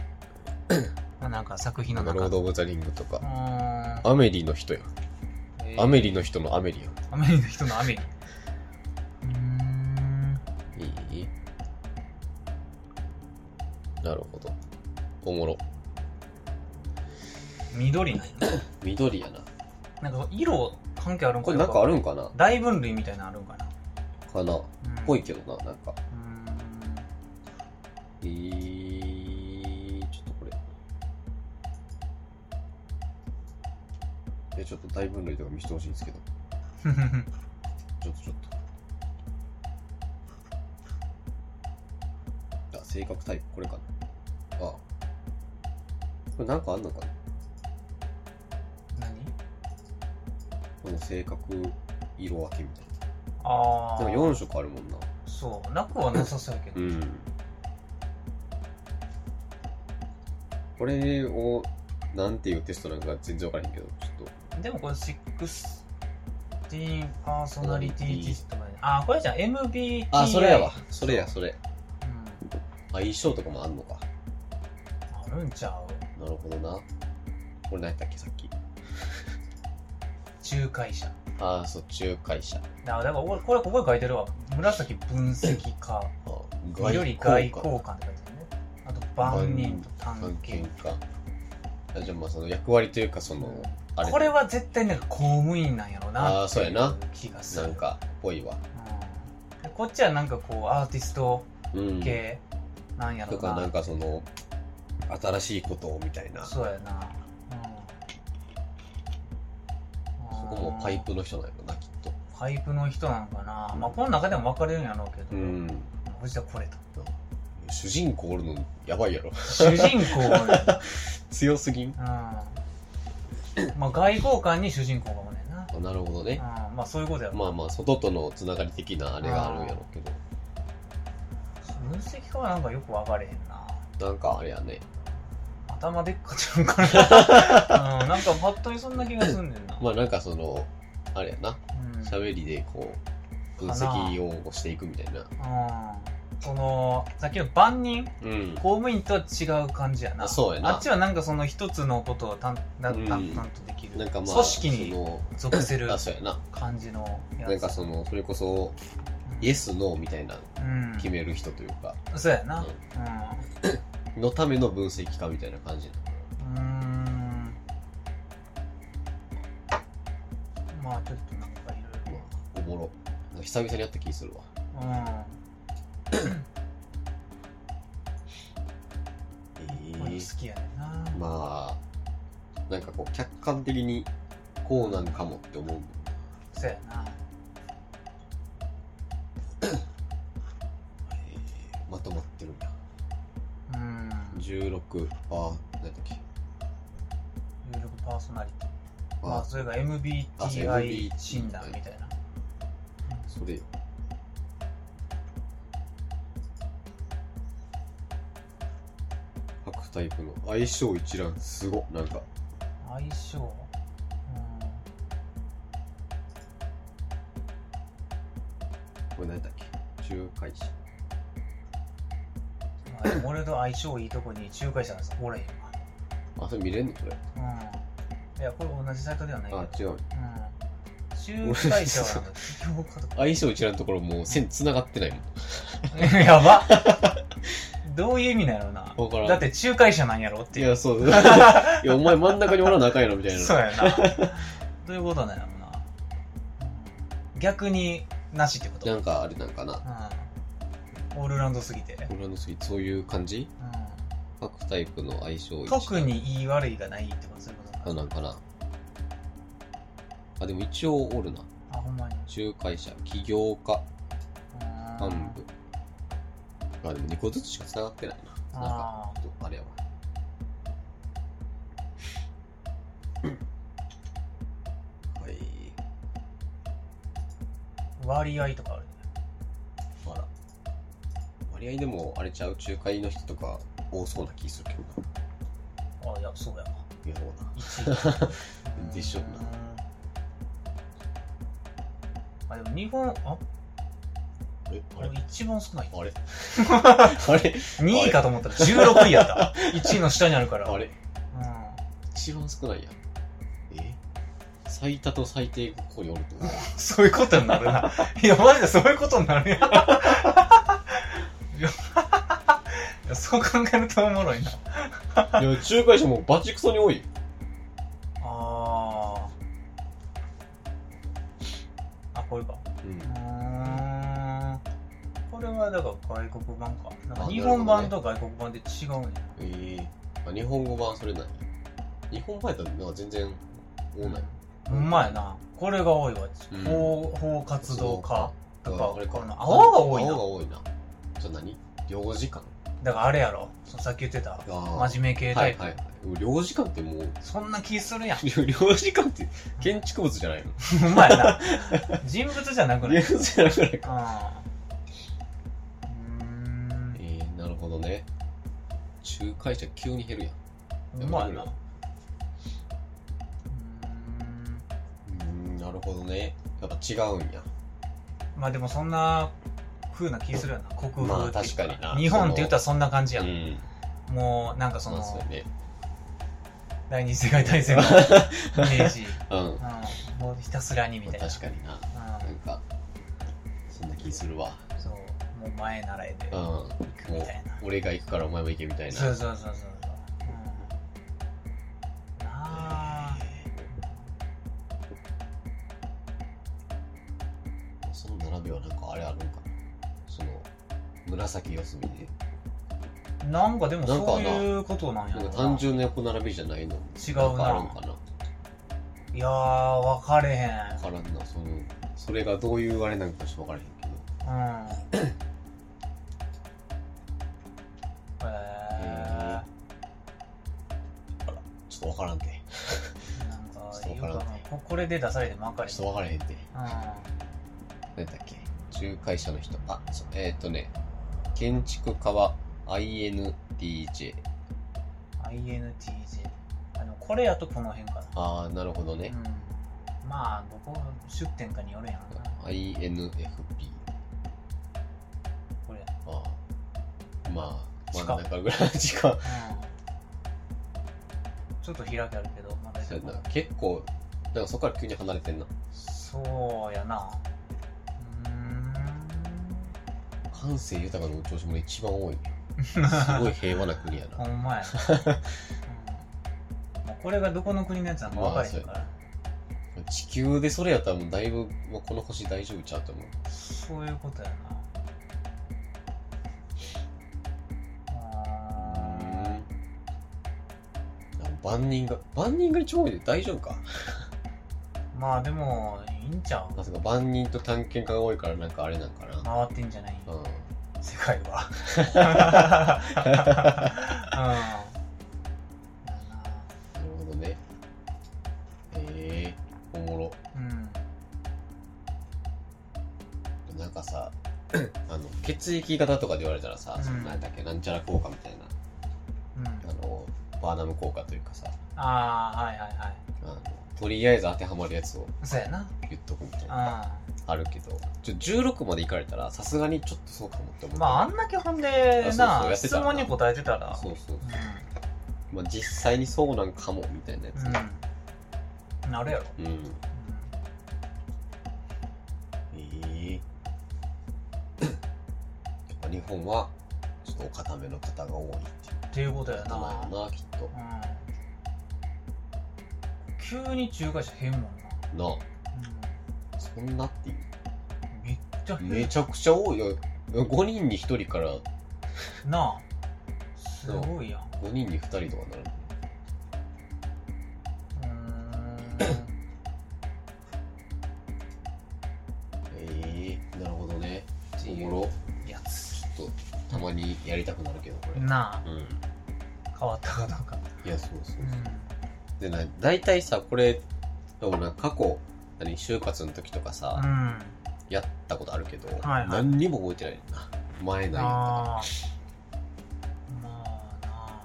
[SPEAKER 1] まあなんか作品
[SPEAKER 2] な
[SPEAKER 1] の
[SPEAKER 2] んかロ
[SPEAKER 1] 中
[SPEAKER 2] ード・オブ・ザ・リングとか
[SPEAKER 1] う。ーん
[SPEAKER 2] アメリの人や。
[SPEAKER 1] えー
[SPEAKER 2] アメリの人のアメリや。
[SPEAKER 1] アメリの人のアメリ。うーん。
[SPEAKER 2] いいなるほど。おもろ。
[SPEAKER 1] 緑なんやな
[SPEAKER 2] 緑やな。
[SPEAKER 1] なんか色関係あるんか
[SPEAKER 2] これなんかあ
[SPEAKER 1] る
[SPEAKER 2] るんかな
[SPEAKER 1] 大分類みたいなのあるんかな
[SPEAKER 2] かなっ
[SPEAKER 1] うん
[SPEAKER 2] ぽいけどな、なんか。
[SPEAKER 1] うーん
[SPEAKER 2] えー、ちょっとこれ。え、ちょっと大分類とか見せてほしいんですけど。
[SPEAKER 1] ふふふ
[SPEAKER 2] ちょっとちょっと。あ、性格タイプ、これかな。ああ。これなんかあんのかな
[SPEAKER 1] 何
[SPEAKER 2] この性格色分けみたい
[SPEAKER 1] あ
[SPEAKER 2] な。
[SPEAKER 1] あ。
[SPEAKER 2] なんか4色あるもんな。
[SPEAKER 1] そう、なくはなさそうやけど。
[SPEAKER 2] うん。これを、なんていうテストなんか全然わからへんけど、ちょっ
[SPEAKER 1] でもこれ16パーソナリティテストまで。あー、これじゃん、MBTI。
[SPEAKER 2] と。あ、それやわ。それや、それ。
[SPEAKER 1] うん。
[SPEAKER 2] 相性とかもあんのか。
[SPEAKER 1] あるんちゃう
[SPEAKER 2] なるほどな。これ何やったっけ、さっき。
[SPEAKER 1] 仲介者。
[SPEAKER 2] ああ、そう、仲介者。
[SPEAKER 1] あ、だからこれ、これここに書いてるわ。紫分析家。
[SPEAKER 2] あ外
[SPEAKER 1] 緑外交官って書いてるね。あと、万人と探
[SPEAKER 2] 関係
[SPEAKER 1] 検
[SPEAKER 2] か。あじゃあまあその役割というかその、あれ
[SPEAKER 1] これは絶対なんか公務員なんやろうな。
[SPEAKER 2] あーそうやな。
[SPEAKER 1] 気がする。
[SPEAKER 2] なんかっぽいわ。
[SPEAKER 1] うんでこっちはなんかこう、アーティスト
[SPEAKER 2] うん。
[SPEAKER 1] 系なんやろ
[SPEAKER 2] と
[SPEAKER 1] う
[SPEAKER 2] かなんかその新しいことをみたいな。そ
[SPEAKER 1] そうやな。うん。
[SPEAKER 2] こもパイ。プの人なんやろなきっと。
[SPEAKER 1] パイプの人なのかな。まあ、この中でも分かれるんやろうけど。
[SPEAKER 2] うん。
[SPEAKER 1] 藤田これと。
[SPEAKER 2] 主人公おるのやばいやろ。
[SPEAKER 1] 主人公おる
[SPEAKER 2] 強すぎん。
[SPEAKER 1] うん。まあ、外交官に主人公がおんねんな。
[SPEAKER 2] あなるほどね。
[SPEAKER 1] うん。まあ、そういうことやろ。
[SPEAKER 2] まあまあ外とのつながり的なあれがあるんやろうけど。
[SPEAKER 1] 分析家はなんかよく分かれへんな。
[SPEAKER 2] なんかあれやね。
[SPEAKER 1] 頭でっかちゃうから。 うん。なんかパッと見そんな気がすんねんな。
[SPEAKER 2] まあなんかそのあれやな。
[SPEAKER 1] うん。
[SPEAKER 2] 喋りでこう分析をしていくみたいな。
[SPEAKER 1] うん。その、さっきの万人
[SPEAKER 2] うん。
[SPEAKER 1] 公務員とは違う感じやな
[SPEAKER 2] あそうやな
[SPEAKER 1] あっちはなんかその一つのことを淡々
[SPEAKER 2] うん
[SPEAKER 1] 淡々とできる、
[SPEAKER 2] なんかまあ
[SPEAKER 1] 組織
[SPEAKER 2] そ
[SPEAKER 1] に
[SPEAKER 2] の
[SPEAKER 1] 属する
[SPEAKER 2] あそうやな
[SPEAKER 1] 感じのやつ
[SPEAKER 2] なんかそのそれこそイエスノーみたいなの
[SPEAKER 1] うん
[SPEAKER 2] 決める人というか、
[SPEAKER 1] そうやな
[SPEAKER 2] う
[SPEAKER 1] うん
[SPEAKER 2] のための分析家みたいな感じ
[SPEAKER 1] んうーんまあちょっとなんかいろいろ
[SPEAKER 2] まあもろなんか久々に会った気するわ
[SPEAKER 1] うん俺好きやねんな、
[SPEAKER 2] まあなんかこう客観的にこうなんかもって思う
[SPEAKER 1] そうやな
[SPEAKER 2] えーまとまってるんだ
[SPEAKER 1] うん
[SPEAKER 2] 16パー何だっけ
[SPEAKER 1] 有力パーソナリティ
[SPEAKER 2] パー
[SPEAKER 1] まあそれが
[SPEAKER 2] あそう
[SPEAKER 1] MBTI
[SPEAKER 2] MBTI
[SPEAKER 1] 診断みたいな
[SPEAKER 2] それよ各タイプの相性一覧すごっなんか
[SPEAKER 1] 相性うん
[SPEAKER 2] これ何だっけ仲介者
[SPEAKER 1] まあでも俺の相性いいとこに仲介者がさおらへんわ
[SPEAKER 2] あそれ見れんのこれ
[SPEAKER 1] うんいやこれ同じサイトではないけどう
[SPEAKER 2] あ違う
[SPEAKER 1] ん仲介者は企業家と
[SPEAKER 2] 相性一覧のところもう線繋がってないもん
[SPEAKER 1] かやばどういう意味なんやろな
[SPEAKER 2] 分からん
[SPEAKER 1] だって仲介者なんやろって
[SPEAKER 2] い
[SPEAKER 1] いう
[SPEAKER 2] やそう いやお前真ん中におらなあかんやろみたいな
[SPEAKER 1] そうやな どういうことなんやろなうん逆になしってこと
[SPEAKER 2] なんかあれなんかな
[SPEAKER 1] うんオールラウンドすぎて、う
[SPEAKER 2] 俺のスイーツそういう感じ
[SPEAKER 1] ん、
[SPEAKER 2] 各タイプの相性一覧
[SPEAKER 1] 特に言い悪いがないってことそういうことな
[SPEAKER 2] あなんかなあでも一応おるな
[SPEAKER 1] あほんまに
[SPEAKER 2] 仲介者起業家
[SPEAKER 1] うん
[SPEAKER 2] 幹部あでも2個ずつしか繋がってないななんか
[SPEAKER 1] あ
[SPEAKER 2] ちょっとあれやわはい
[SPEAKER 1] ー割合とかある
[SPEAKER 2] あら割合でもあれちゃう仲介の人とか多そうな気するけど
[SPEAKER 1] あいやそうやわ
[SPEAKER 2] ないやろうな
[SPEAKER 1] 1位
[SPEAKER 2] でしょうな
[SPEAKER 1] あでも日本あ
[SPEAKER 2] えあ
[SPEAKER 1] こ
[SPEAKER 2] れ
[SPEAKER 1] れ一番少ない
[SPEAKER 2] あれ あれ
[SPEAKER 1] 2位かと思ったら16位やった1位の下にあるから
[SPEAKER 2] あれ
[SPEAKER 1] うん、
[SPEAKER 2] 一番少ないやんえ最多と最低がここにおると思う
[SPEAKER 1] そういうことになるないやマジでそういうことになるやんいやいやそう考えるとおもろいない
[SPEAKER 2] や、仲介者もバチクソに多いよ。
[SPEAKER 1] あああこれか
[SPEAKER 2] うん
[SPEAKER 1] う。ーんこれはだから外国版かなん
[SPEAKER 2] あ
[SPEAKER 1] か日本版と外国版で違うね
[SPEAKER 2] ええあ、日本語版それない。日本版やったらなんか全然多ない。
[SPEAKER 1] ほんまやなこれが多いわ
[SPEAKER 2] うん
[SPEAKER 1] 法法活動家とか
[SPEAKER 2] あれか
[SPEAKER 1] こ。の青が多いな
[SPEAKER 2] 青が多いな。じゃあ何領事館
[SPEAKER 1] だからあれやろそのさっき言ってた
[SPEAKER 2] あ
[SPEAKER 1] 真面目系
[SPEAKER 2] は
[SPEAKER 1] タイ
[SPEAKER 2] い
[SPEAKER 1] プ、
[SPEAKER 2] はいはい。領事館ってもう、
[SPEAKER 1] そんな気するやん
[SPEAKER 2] 領事館って建築物じゃないの
[SPEAKER 1] ほんまや な人物じゃなくない
[SPEAKER 2] 建築物じゃなくないか。
[SPEAKER 1] うんうーん
[SPEAKER 2] ええなるほどね。仲介者急に減るやん。
[SPEAKER 1] ほんまやな
[SPEAKER 2] ううん、なるほどね。やっぱ違うんや。
[SPEAKER 1] まあでもそんな風な気するよな国風っていう
[SPEAKER 2] まあ確かにな
[SPEAKER 1] 日本って言ったらそんな感じや、
[SPEAKER 2] うんん。
[SPEAKER 1] もうなんかそ
[SPEAKER 2] ま
[SPEAKER 1] の
[SPEAKER 2] あそうやね。
[SPEAKER 1] 第二次世界大 戦のイメージ、
[SPEAKER 2] うん。ま
[SPEAKER 1] うん、もうひたすらにみ
[SPEAKER 2] あ
[SPEAKER 1] たいな、
[SPEAKER 2] 確かにな。
[SPEAKER 1] う
[SPEAKER 2] なんんか、そんな気するわ。
[SPEAKER 1] そうもう前習えで
[SPEAKER 2] うん。
[SPEAKER 1] 行
[SPEAKER 2] も
[SPEAKER 1] くみ
[SPEAKER 2] う
[SPEAKER 1] た、いな
[SPEAKER 2] 俺が行くからお前も行けみたいな。
[SPEAKER 1] そうそうそうそうそう、うん、なあ
[SPEAKER 2] その並びはなんかあれあるんかなその、紫四隅で。
[SPEAKER 1] なんかでも
[SPEAKER 2] なんかな
[SPEAKER 1] そういうことなんや
[SPEAKER 2] な
[SPEAKER 1] ろ
[SPEAKER 2] ん
[SPEAKER 1] な
[SPEAKER 2] か単純な横並びじゃないの
[SPEAKER 1] 違う
[SPEAKER 2] なんかあるん
[SPEAKER 1] な
[SPEAKER 2] かな。
[SPEAKER 1] いやー分かれへん
[SPEAKER 2] わからんな。その、それがどういうあれなのかちょっとわからへんけ
[SPEAKER 1] う
[SPEAKER 2] ど。
[SPEAKER 1] んへー
[SPEAKER 2] ちょっとわからんて。
[SPEAKER 1] なんか
[SPEAKER 2] ちょっ
[SPEAKER 1] よ
[SPEAKER 2] と
[SPEAKER 1] く
[SPEAKER 2] わからん
[SPEAKER 1] あのここれで出されてまか
[SPEAKER 2] ち
[SPEAKER 1] り
[SPEAKER 2] ょっとわからへんて。
[SPEAKER 1] うん
[SPEAKER 2] 何だっけ仲介者の人。あ、そうえっ、とね、建築家は INTJ。
[SPEAKER 1] INTJ あのこれやとこの辺かな
[SPEAKER 2] あー、なるほどね。
[SPEAKER 1] うんまあどこ出店かによるやんな
[SPEAKER 2] INFP。
[SPEAKER 1] これ、
[SPEAKER 2] ああまあ、
[SPEAKER 1] 近っ
[SPEAKER 2] 真ん中ぐらい近い。
[SPEAKER 1] うん、ちょっと開きあるけどまだ
[SPEAKER 2] そうやな結構、なんかそこから急に離れてんな。
[SPEAKER 1] そうやなうーん
[SPEAKER 2] 感性豊かのお調子も一番多いね。すごい平和な国や
[SPEAKER 1] ほ
[SPEAKER 2] な。
[SPEAKER 1] んまや な、うんまあこれがどこの国のやつなのか分からへんから、
[SPEAKER 2] ま地球でそれやったらもうだいぶ、もうこの星大丈夫ちゃうと思う。
[SPEAKER 1] そういうことやなあ
[SPEAKER 2] なんか万人が、万人が一番多いで大丈夫か
[SPEAKER 1] ーまあでもいいんちゃ
[SPEAKER 2] ま
[SPEAKER 1] う
[SPEAKER 2] さか万人と探検家が多いからなんかあれなんかな。
[SPEAKER 1] 回ってんじゃない
[SPEAKER 2] うん。
[SPEAKER 1] 世界 は
[SPEAKER 2] なるほどね。ええー、おもろ。
[SPEAKER 1] うんうん
[SPEAKER 2] なんかさ、あの、血液型とかで言われたらさ、そ
[SPEAKER 1] うんん
[SPEAKER 2] なんだっけ、なんちゃら効果みたいな、
[SPEAKER 1] うん
[SPEAKER 2] あの、バーナム効果というかさ、
[SPEAKER 1] ああはいはいはい
[SPEAKER 2] あのとりあえず当てはまるやつを
[SPEAKER 1] そうやな
[SPEAKER 2] 言っとくみたいな、
[SPEAKER 1] う
[SPEAKER 2] あるけど、ちょ16まで行かれたら、さすがにちょっとそうかもって思
[SPEAKER 1] ん
[SPEAKER 2] う。
[SPEAKER 1] まああんだけほんで
[SPEAKER 2] あそう
[SPEAKER 1] な
[SPEAKER 2] そうやって
[SPEAKER 1] 質
[SPEAKER 2] たらな
[SPEAKER 1] 問に答えてたら
[SPEAKER 2] そうそう。
[SPEAKER 1] う
[SPEAKER 2] まあ実際にそうなんかも、みたいなやつ。
[SPEAKER 1] んうんなるやろ
[SPEAKER 2] うん。 ええやっぱ日本は、ちょっとお固めの方が多いっていう
[SPEAKER 1] っていうことや
[SPEAKER 2] 名前
[SPEAKER 1] な
[SPEAKER 2] よな、きっと。
[SPEAKER 1] うん急に中華車変もんな、
[SPEAKER 2] なあそんなっていう。
[SPEAKER 1] うん、めっちゃ変
[SPEAKER 2] めちゃくちゃ多いよ。5人に1人から
[SPEAKER 1] なあすごいやんう
[SPEAKER 2] 5人に2人とかなる。
[SPEAKER 1] ーん
[SPEAKER 2] ええなるほどね。
[SPEAKER 1] て
[SPEAKER 2] お
[SPEAKER 1] いう
[SPEAKER 2] もろ。
[SPEAKER 1] やつ
[SPEAKER 2] ちょっと、たまにやりたくなるけど、これ。うん。
[SPEAKER 1] なあ変わったかどうか
[SPEAKER 2] いや、そうそう
[SPEAKER 1] う
[SPEAKER 2] そう。
[SPEAKER 1] ん
[SPEAKER 2] でな、大体さ、これ、でもな、過去、何、就活の時とかさ、
[SPEAKER 1] うん
[SPEAKER 2] やったことあるけど、
[SPEAKER 1] はいはい
[SPEAKER 2] 何にも覚えてないな。前ないな。
[SPEAKER 1] あーまあ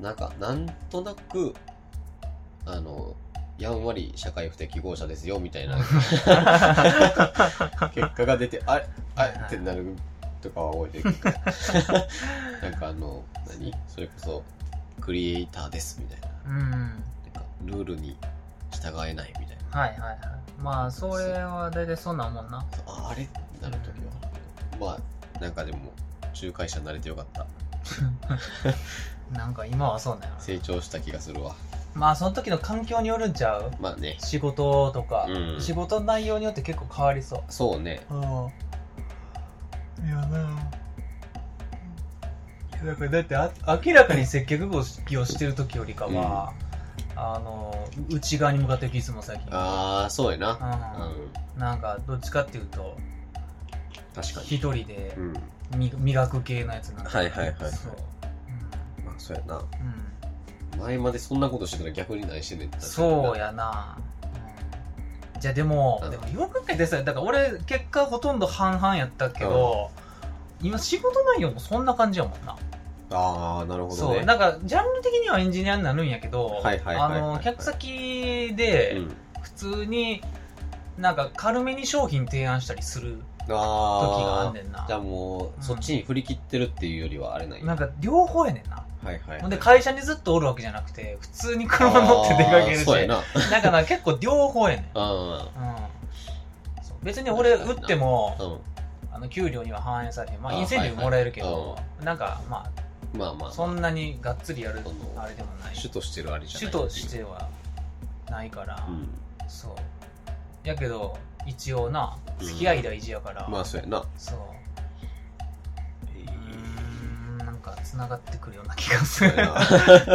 [SPEAKER 1] な
[SPEAKER 2] なんか、なんとなく、あの、やんわり社会不適合者ですよ、みたいな結果が出て、あれ、あれってなるとかは覚えてる けど。なんかあの、何それこそ、クリエイターです、みたいな。
[SPEAKER 1] あ うん
[SPEAKER 2] なんか、ルールに従えないみたいな。
[SPEAKER 1] はいはいはいまあそれは大体そんなんもんな
[SPEAKER 2] ああれってなるときはあるけど。まあ、なんかでも、仲介者になれてよかった。
[SPEAKER 1] なんか今はそうだよ
[SPEAKER 2] 成長した気がするわ。
[SPEAKER 1] まあその時の環境によるんちゃう
[SPEAKER 2] まあね。
[SPEAKER 1] 仕事とか、
[SPEAKER 2] うん
[SPEAKER 1] 仕事の内容によって結構変わりそう
[SPEAKER 2] そうね。
[SPEAKER 1] うんいやないやだからだってあ明らかに接客業をしてる時よりかは、あの内側に向かってる気するもん最近
[SPEAKER 2] ああ、そうやな。
[SPEAKER 1] う
[SPEAKER 2] うん。
[SPEAKER 1] ん、なんかどっちかっていうと
[SPEAKER 2] 確か
[SPEAKER 1] 一
[SPEAKER 2] に。
[SPEAKER 1] 人で
[SPEAKER 2] うん。
[SPEAKER 1] み磨く系のやつなんだ
[SPEAKER 2] はいはいはいはい
[SPEAKER 1] そう、
[SPEAKER 2] まあ、そうやな。
[SPEAKER 1] うんうん、
[SPEAKER 2] 前までそんなことしてたら逆に何してんねんってなっちゃ
[SPEAKER 1] そう
[SPEAKER 2] や。
[SPEAKER 1] やな、じゃあでも
[SPEAKER 2] うん
[SPEAKER 1] でもよく考えてさだから俺結果ほとんど半々やったけど、今仕事内容もそんな感じやもんな、
[SPEAKER 2] ああ、なるほど
[SPEAKER 1] そう
[SPEAKER 2] ね。
[SPEAKER 1] なんかジャンル的にはエンジニアになるんやけど
[SPEAKER 2] はいはいはい
[SPEAKER 1] あ
[SPEAKER 2] はい
[SPEAKER 1] の客先
[SPEAKER 2] う
[SPEAKER 1] で
[SPEAKER 2] ん、
[SPEAKER 1] 普通になんか軽めに商品提案したりする時があ
[SPEAKER 2] あ
[SPEAKER 1] ん
[SPEAKER 2] あ
[SPEAKER 1] ねんな
[SPEAKER 2] じゃあも
[SPEAKER 1] うん
[SPEAKER 2] うそっちに振り切ってるっていうよりはあれない
[SPEAKER 1] なんか両方やねんな
[SPEAKER 2] はいはい
[SPEAKER 1] ほんで会社にずっとおるわけじゃなくて普通に車乗って出かける
[SPEAKER 2] あー
[SPEAKER 1] し
[SPEAKER 2] そうや
[SPEAKER 1] な
[SPEAKER 2] な
[SPEAKER 1] んかな結構両方 やねん
[SPEAKER 2] あ
[SPEAKER 1] うんそう別に俺打っても
[SPEAKER 2] ー
[SPEAKER 1] あの給料には反映されへんまあ
[SPEAKER 2] あ
[SPEAKER 1] インセンティブもらえるけ
[SPEAKER 2] はい
[SPEAKER 1] ど
[SPEAKER 2] はい
[SPEAKER 1] なんかま
[SPEAKER 2] うんまあま
[SPEAKER 1] あ
[SPEAKER 2] あ
[SPEAKER 1] そんなにがっつりやる
[SPEAKER 2] その
[SPEAKER 1] あれでもない
[SPEAKER 2] 主としてるあれじゃな
[SPEAKER 1] 主
[SPEAKER 2] い
[SPEAKER 1] としてはないから
[SPEAKER 2] うん
[SPEAKER 1] そうやけど一応な
[SPEAKER 2] うん
[SPEAKER 1] 付き合い大事やから
[SPEAKER 2] まあそうやな
[SPEAKER 1] そう
[SPEAKER 2] え
[SPEAKER 1] う
[SPEAKER 2] ー
[SPEAKER 1] ーんなんかつながってくるような気がす
[SPEAKER 2] そう
[SPEAKER 1] る
[SPEAKER 2] や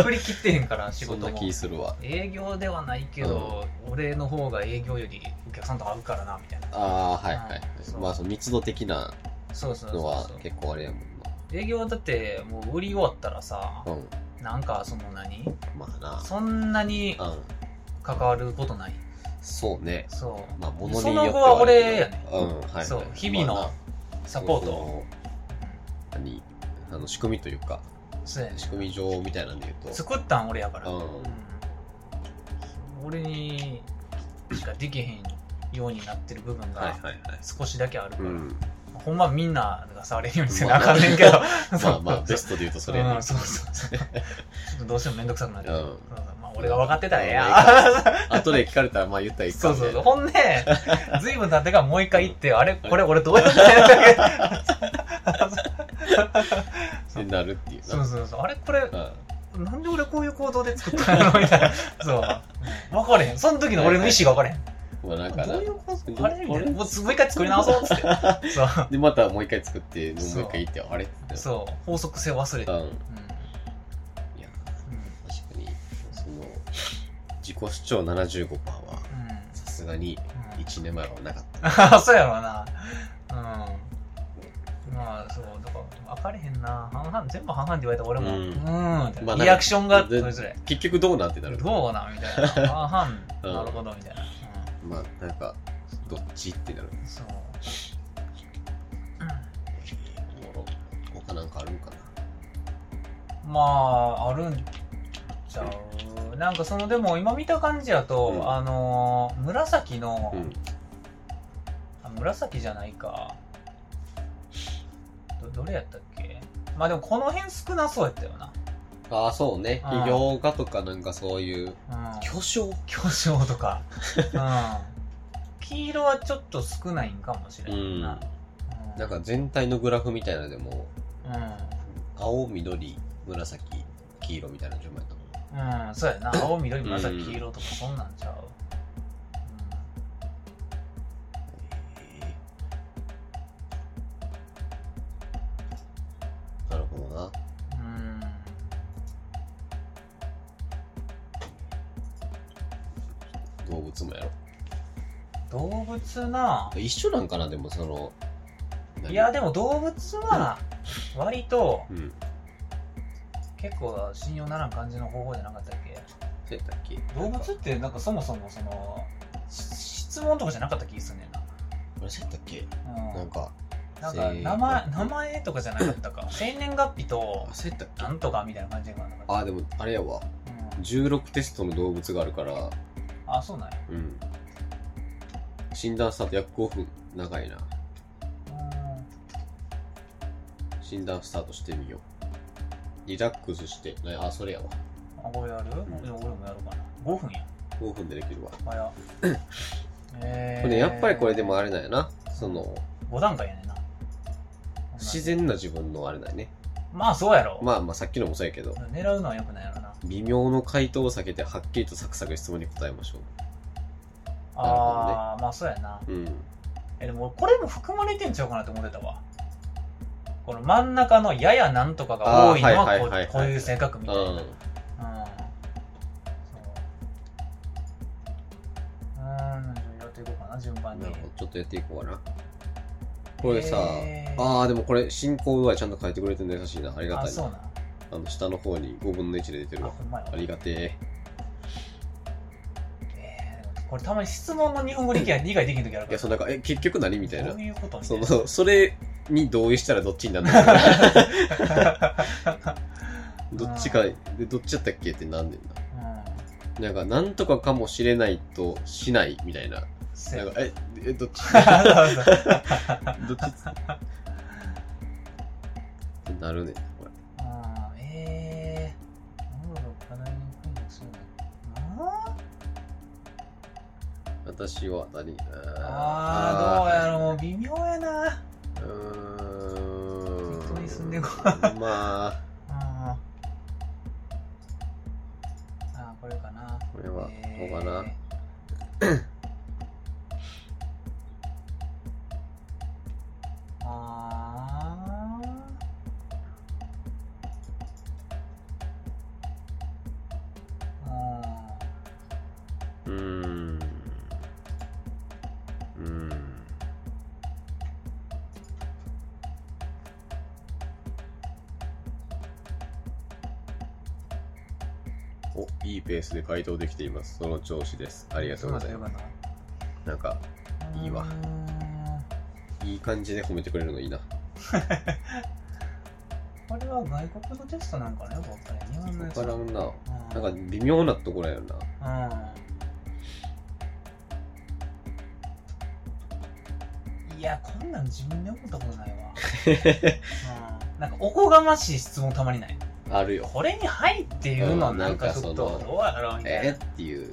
[SPEAKER 1] 振り切ってへん から仕
[SPEAKER 2] そん
[SPEAKER 1] 事
[SPEAKER 2] な
[SPEAKER 1] も
[SPEAKER 2] 気するわ
[SPEAKER 1] 営業ではないけど俺の方が営業よりお客さんと合うからなみたいな
[SPEAKER 2] ああーはいは
[SPEAKER 1] はい
[SPEAKER 2] い
[SPEAKER 1] そう
[SPEAKER 2] まあその密度的な
[SPEAKER 1] そうそうそう
[SPEAKER 2] のは
[SPEAKER 1] そう
[SPEAKER 2] 結構あれやもん
[SPEAKER 1] 営業だってもう売り終わったらさ
[SPEAKER 2] なうん
[SPEAKER 1] なんかその何
[SPEAKER 2] まあな
[SPEAKER 1] そんなに
[SPEAKER 2] うん
[SPEAKER 1] 関わることない
[SPEAKER 2] そうね
[SPEAKER 1] そう、
[SPEAKER 2] まあ物によって
[SPEAKER 1] その後は俺
[SPEAKER 2] あれ
[SPEAKER 1] や
[SPEAKER 2] やけ
[SPEAKER 1] ね
[SPEAKER 2] どうんはいはい
[SPEAKER 1] そう日々の
[SPEAKER 2] まあな
[SPEAKER 1] サポー
[SPEAKER 2] そ
[SPEAKER 1] ト
[SPEAKER 2] の何あの仕組みというか
[SPEAKER 1] そうやね
[SPEAKER 2] 仕組み上みたいなんで言うと
[SPEAKER 1] 作ったん俺やから、
[SPEAKER 2] うん
[SPEAKER 1] うん俺にしかできへんようになってる部分
[SPEAKER 2] はい
[SPEAKER 1] が
[SPEAKER 2] はいはい
[SPEAKER 1] 少しだけあるから、
[SPEAKER 2] うん
[SPEAKER 1] ほんまみんなが触れるようにせなあかんねんけど、
[SPEAKER 2] まあまあベ
[SPEAKER 1] そう
[SPEAKER 2] ストで言うとそれやね
[SPEAKER 1] うんそうそうそうちょっとどうしても面倒くさくなっちゃう、
[SPEAKER 2] うん
[SPEAKER 1] そうそうまあ、俺が分かってたらええや、
[SPEAKER 2] まあ後で聞かれたらまあ言ったらいい か
[SPEAKER 1] そ
[SPEAKER 2] み
[SPEAKER 1] う
[SPEAKER 2] た
[SPEAKER 1] そ
[SPEAKER 2] いう
[SPEAKER 1] そう。
[SPEAKER 2] な
[SPEAKER 1] ほんで、ずいぶん経ってからもう一回行って、あれこれ俺どうやってや ったっけ
[SPEAKER 2] ってなるっていうな
[SPEAKER 1] そうそうそう。あれこれ、
[SPEAKER 2] うん
[SPEAKER 1] なんで俺こういう行動で作ったのみたいな。そう。分かれへん。その時の俺の意思が分かれへん。
[SPEAKER 2] まあなんか
[SPEAKER 1] ど
[SPEAKER 2] な
[SPEAKER 1] うい。う行動あれみたい
[SPEAKER 2] これ
[SPEAKER 1] な。もうもう一回作り直そうっつ って。そう。
[SPEAKER 2] で、またもう一回作って、もう一
[SPEAKER 1] そう
[SPEAKER 2] 回行って、あれって。
[SPEAKER 1] そう。法則性忘れて。
[SPEAKER 2] う。
[SPEAKER 1] うんん。
[SPEAKER 2] いや、確かに、その、自己主張
[SPEAKER 1] うん。
[SPEAKER 2] 75%は、
[SPEAKER 1] うん
[SPEAKER 2] さすがに1年前はなかった。
[SPEAKER 1] あそうやろうな。うん。まあ、そう、だから、分かれへんな。半々、全部半々って言われたら俺も、
[SPEAKER 2] う
[SPEAKER 1] うんん、
[SPEAKER 2] まあ
[SPEAKER 1] リアクションがそれぞれ。
[SPEAKER 2] 結局どうなってたの
[SPEAKER 1] どうなみたいな。半
[SPEAKER 2] うん
[SPEAKER 1] 々、なるほど、みたいな。
[SPEAKER 2] まあ、なんか、どっちってなる。
[SPEAKER 1] うん、そう。
[SPEAKER 2] 他なんかあるんかな。
[SPEAKER 1] うんまあ、あるんちゃう。なんかその、でも今見た感じやと、
[SPEAKER 2] うん
[SPEAKER 1] あのー、紫の、
[SPEAKER 2] うん。
[SPEAKER 1] あ紫じゃないかどどれやったっけまあでもこの辺少なそうやったよな
[SPEAKER 2] ああ、そうね。
[SPEAKER 1] あー
[SPEAKER 2] 洋画とかなんかそういう、
[SPEAKER 1] うん
[SPEAKER 2] 巨匠
[SPEAKER 1] 巨匠と か、うん、黄色はちょっと少ないんかもしれ
[SPEAKER 2] うんん。
[SPEAKER 1] な
[SPEAKER 2] な、んか全体のグラフみたいなのでも、
[SPEAKER 1] う
[SPEAKER 2] 青、緑、紫、黄色みたいな順番やと思
[SPEAKER 1] ん、うん、そうやな青緑紫
[SPEAKER 2] うん
[SPEAKER 1] 黄色とかそんなんちゃう、
[SPEAKER 2] う。なるほどな。
[SPEAKER 1] うん
[SPEAKER 2] 動物もやろ。
[SPEAKER 1] 動物な
[SPEAKER 2] 一緒なんかな、でもその、何
[SPEAKER 1] いや、でも動物は割と
[SPEAKER 2] うん。
[SPEAKER 1] 結構信用ならん感じの方法じゃなかったっけ
[SPEAKER 2] そうやったっけ
[SPEAKER 1] 動物ってなんかそもそもそのし質問とかじゃなかった気がするねんな、
[SPEAKER 2] あれそうやったっけ
[SPEAKER 1] うん
[SPEAKER 2] なんか、
[SPEAKER 1] なんか
[SPEAKER 2] せー
[SPEAKER 1] 名前名前とかじゃなかったか生年月日と
[SPEAKER 2] あ、そうやったっけ
[SPEAKER 1] なんとかみたいな感じがなんか
[SPEAKER 2] あ、でも、あれやわ。
[SPEAKER 1] うん
[SPEAKER 2] 16テストの動物があるから、
[SPEAKER 1] あそうなんや
[SPEAKER 2] うん。診断スタート約5分。長いな。診断スタートしてみよう。リラックスして。ねあ、それやわ。
[SPEAKER 1] あこれやる、
[SPEAKER 2] ん
[SPEAKER 1] でも俺もやろうかな5分や
[SPEAKER 2] 5分でできるわ。
[SPEAKER 1] 早っえ
[SPEAKER 2] これねやっぱりこれでもあ
[SPEAKER 1] れ
[SPEAKER 2] れなんやな。その、
[SPEAKER 1] 5段階やねんな
[SPEAKER 2] 自然な自分のあれだよね。
[SPEAKER 1] まあそうやろ、
[SPEAKER 2] まあまあさっきのもそうやけど、
[SPEAKER 1] 狙うのはよくないやろな
[SPEAKER 2] 微妙の回答を避けてはっきりとサクサク質問に答えましょなるほどね
[SPEAKER 1] ああーまあそうやな
[SPEAKER 2] う。うん。
[SPEAKER 1] えでもこれも含まれてんちゃうかなって思ってたわこの真ん中のややなんとかが多いの
[SPEAKER 2] あーはい
[SPEAKER 1] はこ
[SPEAKER 2] はいはいはいう
[SPEAKER 1] こういう性格み
[SPEAKER 2] う
[SPEAKER 1] たいな、
[SPEAKER 2] ん。
[SPEAKER 1] うんそううーんじゃあやっていこうかな順番
[SPEAKER 2] な
[SPEAKER 1] に
[SPEAKER 2] るほど。ちょっとやっていこうかな。これさ、
[SPEAKER 1] えー
[SPEAKER 2] ああ、でもこれ進行具合ちゃんと書いてくれてるの優しいな。ありが
[SPEAKER 1] あ
[SPEAKER 2] たい
[SPEAKER 1] そう
[SPEAKER 2] な。
[SPEAKER 1] な
[SPEAKER 2] あの、下の方に5分の1で出てる
[SPEAKER 1] あ
[SPEAKER 2] わ。
[SPEAKER 1] ほんまや
[SPEAKER 2] ありがてえ。
[SPEAKER 1] えーこれたまに質問の日本語理解理解できん時あるか
[SPEAKER 2] いや、
[SPEAKER 1] ら
[SPEAKER 2] そうなんか、え、結局何みたいな
[SPEAKER 1] どう。いうことみた
[SPEAKER 2] そ
[SPEAKER 1] い な
[SPEAKER 2] の、それに同意したらどっちになるのか などっちか、で、どっちだったっけってなんねんな。
[SPEAKER 1] う
[SPEAKER 2] なんか、なんとかかもしれないとしないみたいな。
[SPEAKER 1] ん せ
[SPEAKER 2] なんか、え、えど っち
[SPEAKER 1] そうそう
[SPEAKER 2] どっちってなるねんこれ。
[SPEAKER 1] うんえーなんだろう課題に訓読するのあ
[SPEAKER 2] 私は
[SPEAKER 1] ー
[SPEAKER 2] 何
[SPEAKER 1] あーどうやろう微妙やな
[SPEAKER 2] うやろうーん。
[SPEAKER 1] 適当に進んでいこ
[SPEAKER 2] まあ、
[SPEAKER 1] うんあーこれかな
[SPEAKER 2] これは、
[SPEAKER 1] えー
[SPEAKER 2] どうかな。
[SPEAKER 1] あーあ
[SPEAKER 2] うーん。うーん。お、いいペースで回答できています。その調子です。あ
[SPEAKER 1] あ
[SPEAKER 2] りがとうございます。
[SPEAKER 1] す
[SPEAKER 2] なんか、いいわいい感じで褒めてくれるのいいな。
[SPEAKER 1] これは外国のテストなんかねよくわかんない日本の
[SPEAKER 2] わ
[SPEAKER 1] やつ
[SPEAKER 2] からんな。
[SPEAKER 1] う
[SPEAKER 2] なん
[SPEAKER 1] ん
[SPEAKER 2] か微妙なところやよな。
[SPEAKER 1] いや、こんなん自分で思ったこと ないわ。うん、なんか、おこがましい質問たまにない。
[SPEAKER 2] あるよ。
[SPEAKER 1] これに「はい」っていうのはなんかちょっ
[SPEAKER 2] うんなん
[SPEAKER 1] と
[SPEAKER 2] かその
[SPEAKER 1] どうやろうみたい
[SPEAKER 2] え
[SPEAKER 1] な。
[SPEAKER 2] ーっていう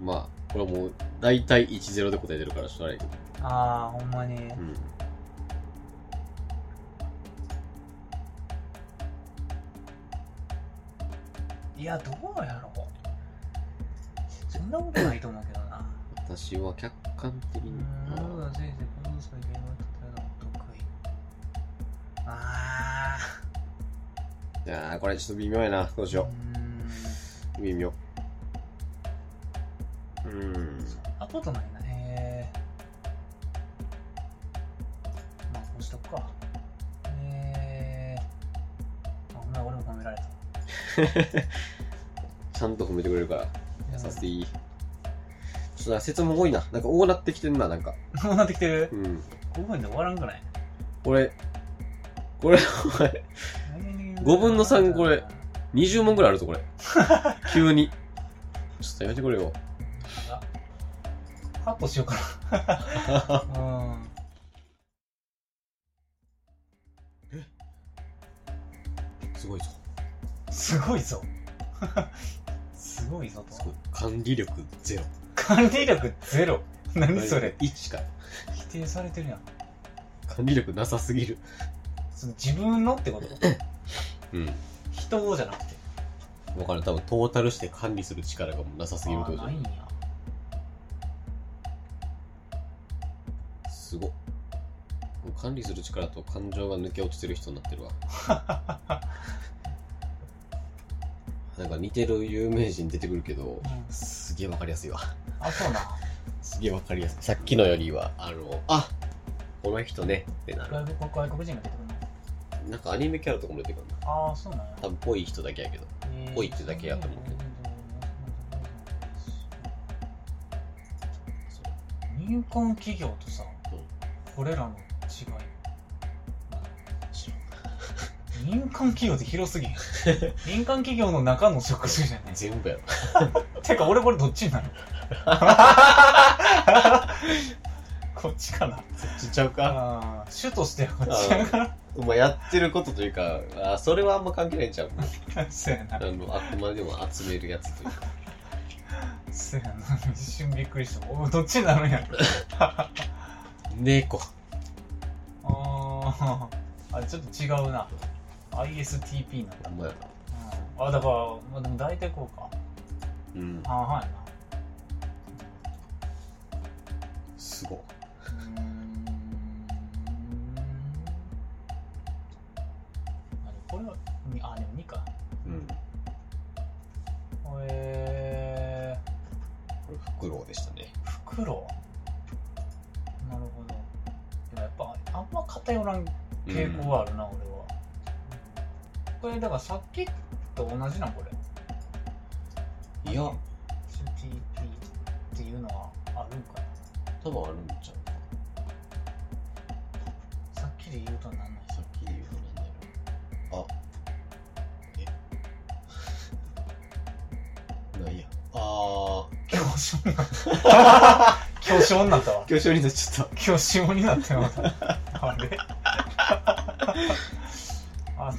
[SPEAKER 1] う。ん
[SPEAKER 2] まあ、これはもう、だいたい1-0で答えてるから、しょうがないけど。
[SPEAKER 1] ああ、ほんまに。
[SPEAKER 2] うん。
[SPEAKER 1] いや、どうやろう。そんなことないと思うけどな。
[SPEAKER 2] 私は客観的に、
[SPEAKER 1] なるほど、先生、この際、ゲームを戦うの得意。あ
[SPEAKER 2] いやーこれちょっと微妙やな。どうし
[SPEAKER 1] ー。う
[SPEAKER 2] よ
[SPEAKER 1] ーん。
[SPEAKER 2] う。微妙。うーん。
[SPEAKER 1] あ、ことないな。えー。まあ、こうしとくか。えー。あ、ごめん、俺も褒められた。
[SPEAKER 2] ちゃんと褒めてくれるから、優しい。ちょっとな、説も多いな。なんか多なってきてんな、なんか。
[SPEAKER 1] こうなってきてる
[SPEAKER 2] うん。
[SPEAKER 1] ?5 分で終わらんくない
[SPEAKER 2] これ、これ、お前、5分の3これ。20問ぐらいあるぞ、これ。 急に。ちょっとやめてくれよ。
[SPEAKER 1] あカットしようかな。うん。
[SPEAKER 2] すごいぞ。
[SPEAKER 1] すごいぞ。 すごいぞ
[SPEAKER 2] すご
[SPEAKER 1] と
[SPEAKER 2] い。。管理力ゼロ。
[SPEAKER 1] 管理力ゼロ。何それ。
[SPEAKER 2] ?1 か。
[SPEAKER 1] 否定されてるやん。
[SPEAKER 2] 管理力なさすぎる。
[SPEAKER 1] その自分のってこと
[SPEAKER 2] うん。
[SPEAKER 1] 人をじゃなくて。
[SPEAKER 2] わかる。多分、トータルして管理する力がもうなさすぎるってこと
[SPEAKER 1] あ
[SPEAKER 2] じゃ
[SPEAKER 1] ーないんや。
[SPEAKER 2] んすごっ。もう管理する力と感情が抜け落ちてる人になってるわ。なんか似てる有名人出てくるけど、
[SPEAKER 1] うん
[SPEAKER 2] すげえわかりやすいわ。
[SPEAKER 1] あ、そうな。
[SPEAKER 2] すげえわかりやすい。さっきのよりは、あの、あこの人ねってなる。
[SPEAKER 1] 外国外国人が出てくるの。
[SPEAKER 2] なんかアニメキャラとかも出てくるな。
[SPEAKER 1] ああ、そうなんや。
[SPEAKER 2] 多分、ぽい人だけやけど。
[SPEAKER 1] えー
[SPEAKER 2] 多いってだけやと思うけど。そ
[SPEAKER 1] 民間企業とさ、
[SPEAKER 2] うん
[SPEAKER 1] これらの違い。
[SPEAKER 2] う知らん
[SPEAKER 1] 民間企業って広 すぎん民間企業の中の職種じゃない
[SPEAKER 2] 全部やろ。
[SPEAKER 1] てか俺これどっちになるこっちかな
[SPEAKER 2] そっちちゃうか
[SPEAKER 1] あー主としてはこっちやから
[SPEAKER 2] まあやってることというか、あそれはあんま関係ないんちゃう
[SPEAKER 1] そうやな
[SPEAKER 2] あの、あくまでも集めるやつというか。
[SPEAKER 1] そうやな一瞬びっくりしたおどっちになるんやろあ
[SPEAKER 2] 猫。
[SPEAKER 1] ーあちょっと違うな ISTP なんだ、
[SPEAKER 2] あんまやな。
[SPEAKER 1] うんあだから、まあ、でも大体こうか
[SPEAKER 2] うん。
[SPEAKER 1] 半々やな
[SPEAKER 2] すごっ。
[SPEAKER 1] うーんあでもこれはにあでも2か
[SPEAKER 2] うん。
[SPEAKER 1] えー、
[SPEAKER 2] これ、フクロウでしたね。
[SPEAKER 1] 袋なるほどでもやっぱあんま偏らん傾向はあるな、俺はこれだからさっきと同じなんこれ
[SPEAKER 2] うんいや、
[SPEAKER 1] CTP っていうのはあるんかな
[SPEAKER 2] 多分あるんちゃうか。
[SPEAKER 1] さっきで言うとはなんない
[SPEAKER 2] さっき言うとなんだろう。あ。え。 なんや。あ
[SPEAKER 1] 巨匠になった巨匠になったわ
[SPEAKER 2] ー。巨匠になっちゃっ
[SPEAKER 1] 巨匠になってまたあれああ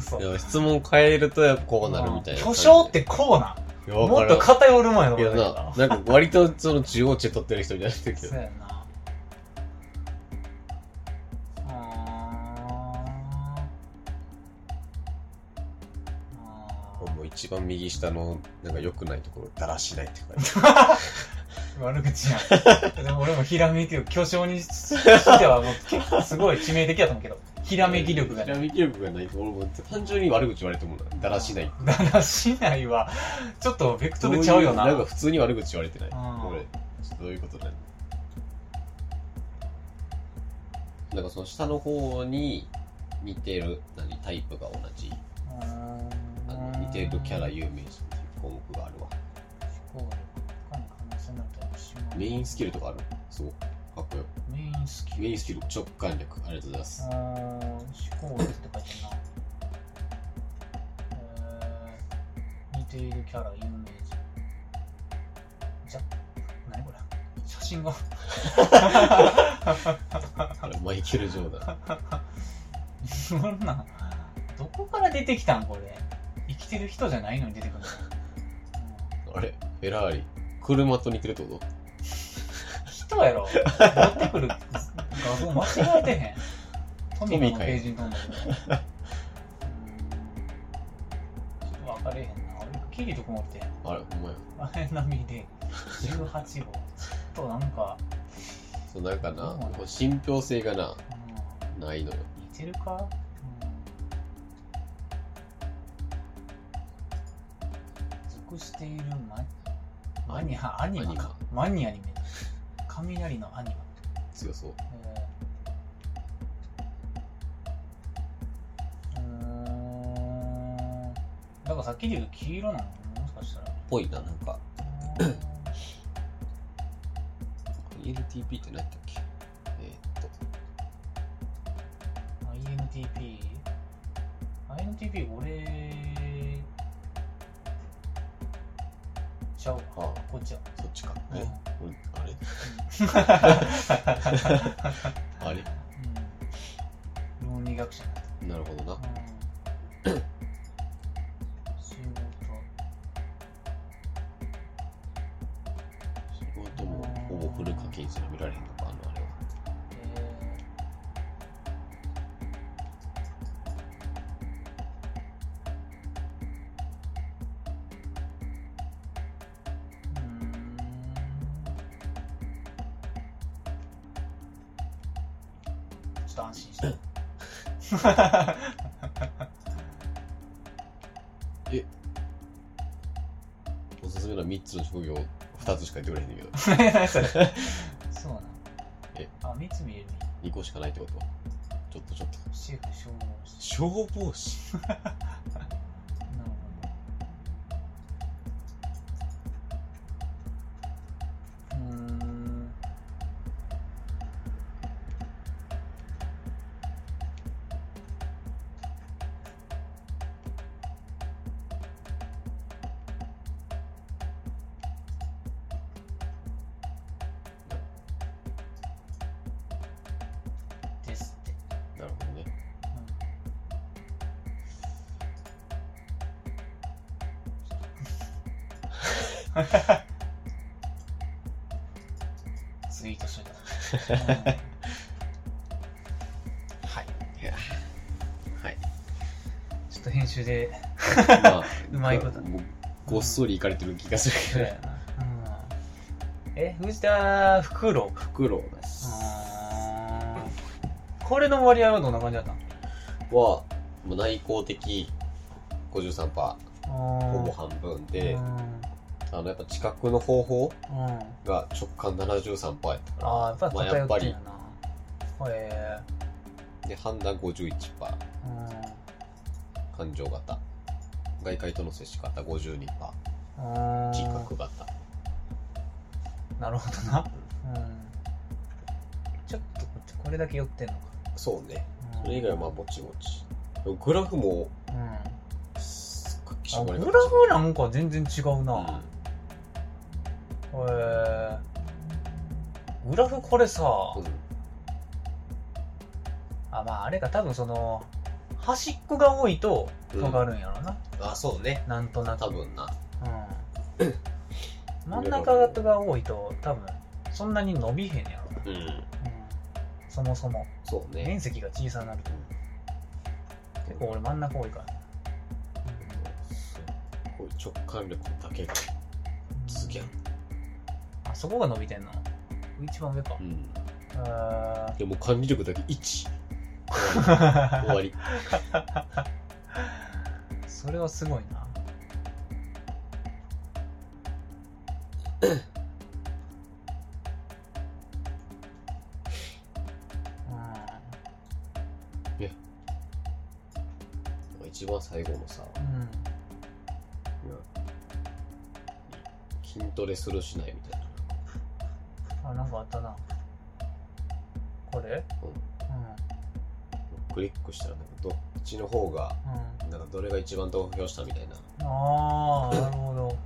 [SPEAKER 1] そ
[SPEAKER 2] た。いうや、質問変えるとやっぱこうなるみたいな。
[SPEAKER 1] 巨匠ってこうなん
[SPEAKER 2] いや、
[SPEAKER 1] も
[SPEAKER 2] わ
[SPEAKER 1] っ
[SPEAKER 2] から
[SPEAKER 1] と
[SPEAKER 2] ん
[SPEAKER 1] 偏る前の
[SPEAKER 2] いやな、なんか割とその中央値取ってる人みたいになってるけ
[SPEAKER 1] そう
[SPEAKER 2] ど。
[SPEAKER 1] やなうーんあ
[SPEAKER 2] もう一番右下の、なんか良くないところ、だらしないって感じ。
[SPEAKER 1] ー悪口やん でも俺もひらめきを巨匠にしてはもう結構すごい致命的やと思うけどひ
[SPEAKER 2] ひ
[SPEAKER 1] らめき力が
[SPEAKER 2] ひらめき力がないと、俺も単純に悪口言われてもだらしない。
[SPEAKER 1] だらしないはちょっとベクトルちゃうよな
[SPEAKER 2] なんか普通に悪口言われてない。
[SPEAKER 1] うん
[SPEAKER 2] 俺、ちょっとどういうことだよ。なんかその下の方に似てる、何、タイプが同じ。あの似てるキャラ有名人っていう項目があるわ。メインスキルとかあるすごい。かっこよ。
[SPEAKER 1] メインスキル
[SPEAKER 2] メインスキル、直感力。ありがとうございます。
[SPEAKER 1] うーん思考力って書いてるな、えー、似ているキャラ有名人じゃ何これ写真が
[SPEAKER 2] あれ、マイケル・ジョーダ ン。
[SPEAKER 1] そんなどこから出てきたんこれ生きてる人じゃないのに出てくるの、うん
[SPEAKER 2] あれ、フェラーリ。車と似てるってこ
[SPEAKER 1] 人やろ持ってくる画像間違えてへんトミーのページに飛んだけどうーんちょっと分かれへんな俺きりと曇って
[SPEAKER 2] あれ、ほんまや。
[SPEAKER 1] 前波で18号ちょっとなんか、
[SPEAKER 2] そう、なんか
[SPEAKER 1] そうな
[SPEAKER 2] な、
[SPEAKER 1] んだ
[SPEAKER 2] こう信憑性がな、
[SPEAKER 1] う
[SPEAKER 2] ないのよ。
[SPEAKER 1] ん、似てるか、うん、属しているママニアアニマかマニアに見えた雷のアニマ
[SPEAKER 2] 強そう。
[SPEAKER 1] うーんだからさっきで言う黄色なのもしかしたら
[SPEAKER 2] ぽいな、なんか。
[SPEAKER 1] うーん
[SPEAKER 2] ENTP って何やったっけえーっと、
[SPEAKER 1] INTP INTP 俺ちゃうわ
[SPEAKER 2] ああ
[SPEAKER 1] こっちや
[SPEAKER 2] そっちか。え、俺あれあれ
[SPEAKER 1] うん 論理学者になっ
[SPEAKER 2] なるほど
[SPEAKER 1] た
[SPEAKER 2] な。
[SPEAKER 1] うん仕事
[SPEAKER 2] 仕事もほぼフル課金すら見られへんのか、あのあれは。
[SPEAKER 1] ちょっと安心した。
[SPEAKER 2] おすすめの3つの職業、2つしか言ってくれへんねんけど、
[SPEAKER 1] 何それそうなの
[SPEAKER 2] え
[SPEAKER 1] あ、三つ見えるね。
[SPEAKER 2] 2個しかないってことちょっとちょっと。
[SPEAKER 1] シェフ消防士。
[SPEAKER 2] 消防士
[SPEAKER 1] なるほど。うーん。ですって。
[SPEAKER 2] なるほどね。
[SPEAKER 1] ツイートしといた。うんはい。
[SPEAKER 2] はい。
[SPEAKER 1] ちょっと編集で。
[SPEAKER 2] まあ、
[SPEAKER 1] うまいこと
[SPEAKER 2] もうごっそりいかれてる気がするけど、
[SPEAKER 1] うんえ、藤田フクロウ。
[SPEAKER 2] フクロウです。
[SPEAKER 1] これの割合はどんな感じだったの
[SPEAKER 2] は、まあ内向的53%、ほぼ
[SPEAKER 1] ほ
[SPEAKER 2] 半分
[SPEAKER 1] ぼ
[SPEAKER 2] で
[SPEAKER 1] う、ん。
[SPEAKER 2] あの、やっぱ知覚の方法
[SPEAKER 1] うん
[SPEAKER 2] が直感73%やったから、
[SPEAKER 1] ああ、やっぱり
[SPEAKER 2] まあや
[SPEAKER 1] 偏
[SPEAKER 2] っ
[SPEAKER 1] っ
[SPEAKER 2] ぱ
[SPEAKER 1] てる
[SPEAKER 2] り
[SPEAKER 1] よ、な。へ
[SPEAKER 2] で、判断51%、
[SPEAKER 1] えうん。
[SPEAKER 2] 感情型、外界との接し方52%、
[SPEAKER 1] あ
[SPEAKER 2] 知
[SPEAKER 1] ー
[SPEAKER 2] 覚型。
[SPEAKER 1] なるほどな、うん、ちょっとこっちこれだけ寄ってんのか
[SPEAKER 2] そうね。
[SPEAKER 1] うん
[SPEAKER 2] それ以外はまあ、ぼちぼち。でもグラフも、
[SPEAKER 1] うん
[SPEAKER 2] すっごい気
[SPEAKER 1] あ
[SPEAKER 2] 色悪い
[SPEAKER 1] グラフなんか全然違う
[SPEAKER 2] う
[SPEAKER 1] な、
[SPEAKER 2] ん
[SPEAKER 1] へえグラフこれさ、
[SPEAKER 2] う
[SPEAKER 1] あまああれか多分その端っこが多いと
[SPEAKER 2] ん
[SPEAKER 1] 尖るんやろな、
[SPEAKER 2] ん、あ、そうね。
[SPEAKER 1] なんとなく
[SPEAKER 2] 多分な。
[SPEAKER 1] う ん、真ん中が多いと多分そんなに伸びへんやろな、
[SPEAKER 2] うん。
[SPEAKER 1] うん、そもそも
[SPEAKER 2] そうね。
[SPEAKER 1] 面積が小さくなると結構俺真ん中多いから
[SPEAKER 2] すっごい直感力だけがすげえ。
[SPEAKER 1] あそこが伸びてんの一番上か
[SPEAKER 2] うん。
[SPEAKER 1] うーん
[SPEAKER 2] でも管理力だけ1。終わり。
[SPEAKER 1] それはすごいな
[SPEAKER 2] 一番最後のさ、
[SPEAKER 1] うんうん
[SPEAKER 2] 筋トレするしないみたいな。
[SPEAKER 1] あなんかあったなこれ
[SPEAKER 2] うん
[SPEAKER 1] う
[SPEAKER 2] クリックしたら、なんかどっちの方が、
[SPEAKER 1] んうん
[SPEAKER 2] なんかどれが一番投票したみたいな。
[SPEAKER 1] あ あなるほど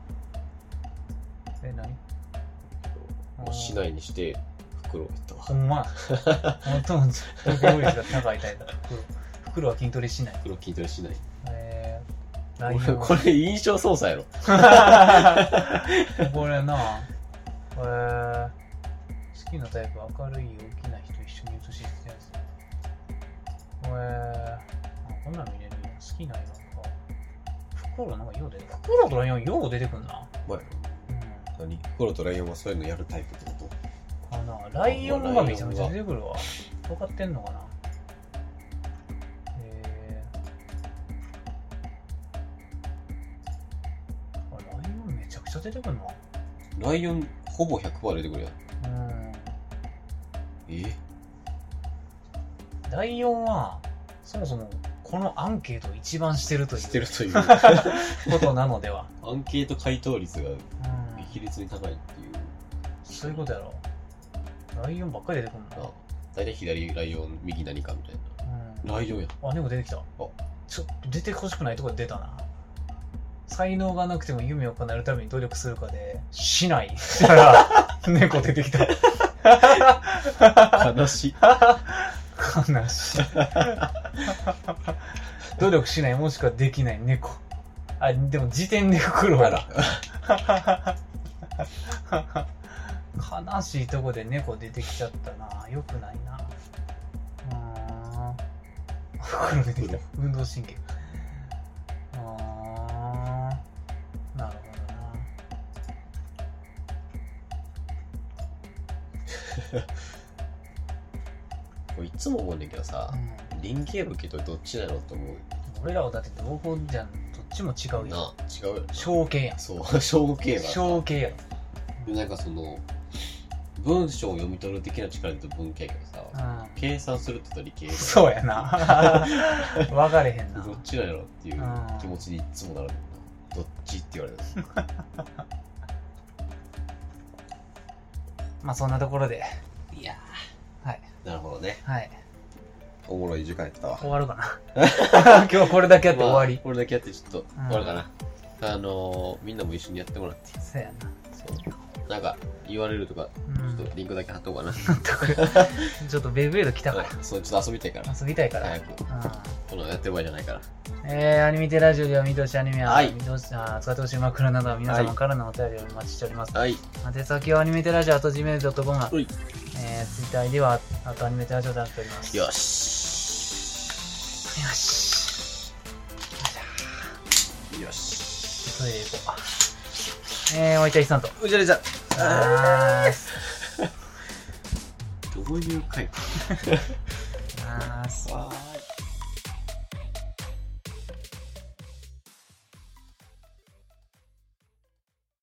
[SPEAKER 1] え何
[SPEAKER 2] もうしないにして、袋をやったわ
[SPEAKER 1] ほ。んまや本当の投票率が高いタイプだ袋袋は筋トレしない
[SPEAKER 2] 袋筋トレしない。
[SPEAKER 1] えー、ライオン
[SPEAKER 2] これ印象操作やろ。
[SPEAKER 1] これなえー、好きなタイプ明るい大きな人一緒に写しってやつえー、あこんなの見れるよ好きな色かコロなんかよう出てくる。コロとライオンよう出てくんな。
[SPEAKER 2] まあ、
[SPEAKER 1] うん。
[SPEAKER 2] 何コロとライオンはそういうのやるタイプってこ
[SPEAKER 1] かな。ライオンがめちゃめちゃ出てくるわ。分かってんのかな。えー。あライオンめちゃくちゃ出てくるな。
[SPEAKER 2] とライオンほぼ100%出てくるや
[SPEAKER 1] う
[SPEAKER 2] ん。
[SPEAKER 1] ん。
[SPEAKER 2] え
[SPEAKER 1] ライオンは、そもそも、このアンケートを一番してるとい
[SPEAKER 2] して
[SPEAKER 1] う
[SPEAKER 2] るという。 ア
[SPEAKER 1] ことなのでは。
[SPEAKER 2] ンケート回答率が
[SPEAKER 1] うん。
[SPEAKER 2] 比率に高いっていう。
[SPEAKER 1] そういうことやろ。ライオンばっかり出てくるんだ
[SPEAKER 2] あ。大体左ライオン、右何かみたいな。ライオンやん。
[SPEAKER 1] うん。あ、猫出てきた。ちょっと出てほしくないとこで出たな。才能がなくても夢を叶えるために努力するかで、し ない。したら、猫出てきた。
[SPEAKER 2] 悲しい。
[SPEAKER 1] 悲しい。努力しない、もしくはできない猫。あ、でも時点で苦労
[SPEAKER 2] あ
[SPEAKER 1] や
[SPEAKER 2] ら。
[SPEAKER 1] 悲しいとこで猫出てきちゃったなよくないなあー袋出てきた運動神経あーなる
[SPEAKER 2] これいつも思うねんだけど
[SPEAKER 1] ほ
[SPEAKER 2] さ
[SPEAKER 1] どな、、
[SPEAKER 2] 林形武器とどっちなのと思う
[SPEAKER 1] うん、俺らはだって両方じゃんどっちも違うよ
[SPEAKER 2] な違うよな
[SPEAKER 1] 象形やん
[SPEAKER 2] そう 象形が
[SPEAKER 1] 象形や
[SPEAKER 2] なんかその文章を読み取る的な力で言うと文系やけどさ、
[SPEAKER 1] ろ、
[SPEAKER 2] 計算するって言ったら理
[SPEAKER 1] う
[SPEAKER 2] 系
[SPEAKER 1] ん、そうや な分かれへんな
[SPEAKER 2] どっちなんやろっていう気持ちにいつもなるもんなどっちって言われる
[SPEAKER 1] まあそんなところで
[SPEAKER 2] いや
[SPEAKER 1] はい
[SPEAKER 2] なるほどね
[SPEAKER 1] はい
[SPEAKER 2] おもろい時間やったわ
[SPEAKER 1] 終わるかな 今日これだけやって終わり
[SPEAKER 2] まあ、これだけやってちょっと
[SPEAKER 1] うん
[SPEAKER 2] 終わるかな、あのー、みんなも一緒にやってもらって
[SPEAKER 1] そうや
[SPEAKER 2] そうなんか URL とか
[SPEAKER 1] な、うん
[SPEAKER 2] ちょっとリンクだけ貼っとこうか
[SPEAKER 1] ちょっとベイブレード来た
[SPEAKER 2] な、
[SPEAKER 1] か
[SPEAKER 2] そうちょっと遊びたいから
[SPEAKER 1] ら、遊びたいから。
[SPEAKER 2] 早くこのやってる場合じゃないか
[SPEAKER 1] う
[SPEAKER 2] ら
[SPEAKER 1] んえー、アニメテラジオでは見通しアニメや、
[SPEAKER 2] はい
[SPEAKER 1] 見通しあー使ってほしい枕など皆様からのお便りをお待ちしております。
[SPEAKER 2] はい
[SPEAKER 1] 宛先はアニメテラジオあと gmail.com は、え
[SPEAKER 2] はい
[SPEAKER 1] ー、ツイッターではあとアニメテラジオとなっております。
[SPEAKER 2] よし
[SPEAKER 1] よし。
[SPEAKER 2] よし
[SPEAKER 1] トイレ行こう。えー、おいたいさんと。
[SPEAKER 2] うじゃれじゃ
[SPEAKER 1] あーす。
[SPEAKER 2] どういう回
[SPEAKER 1] あーす。
[SPEAKER 2] わーい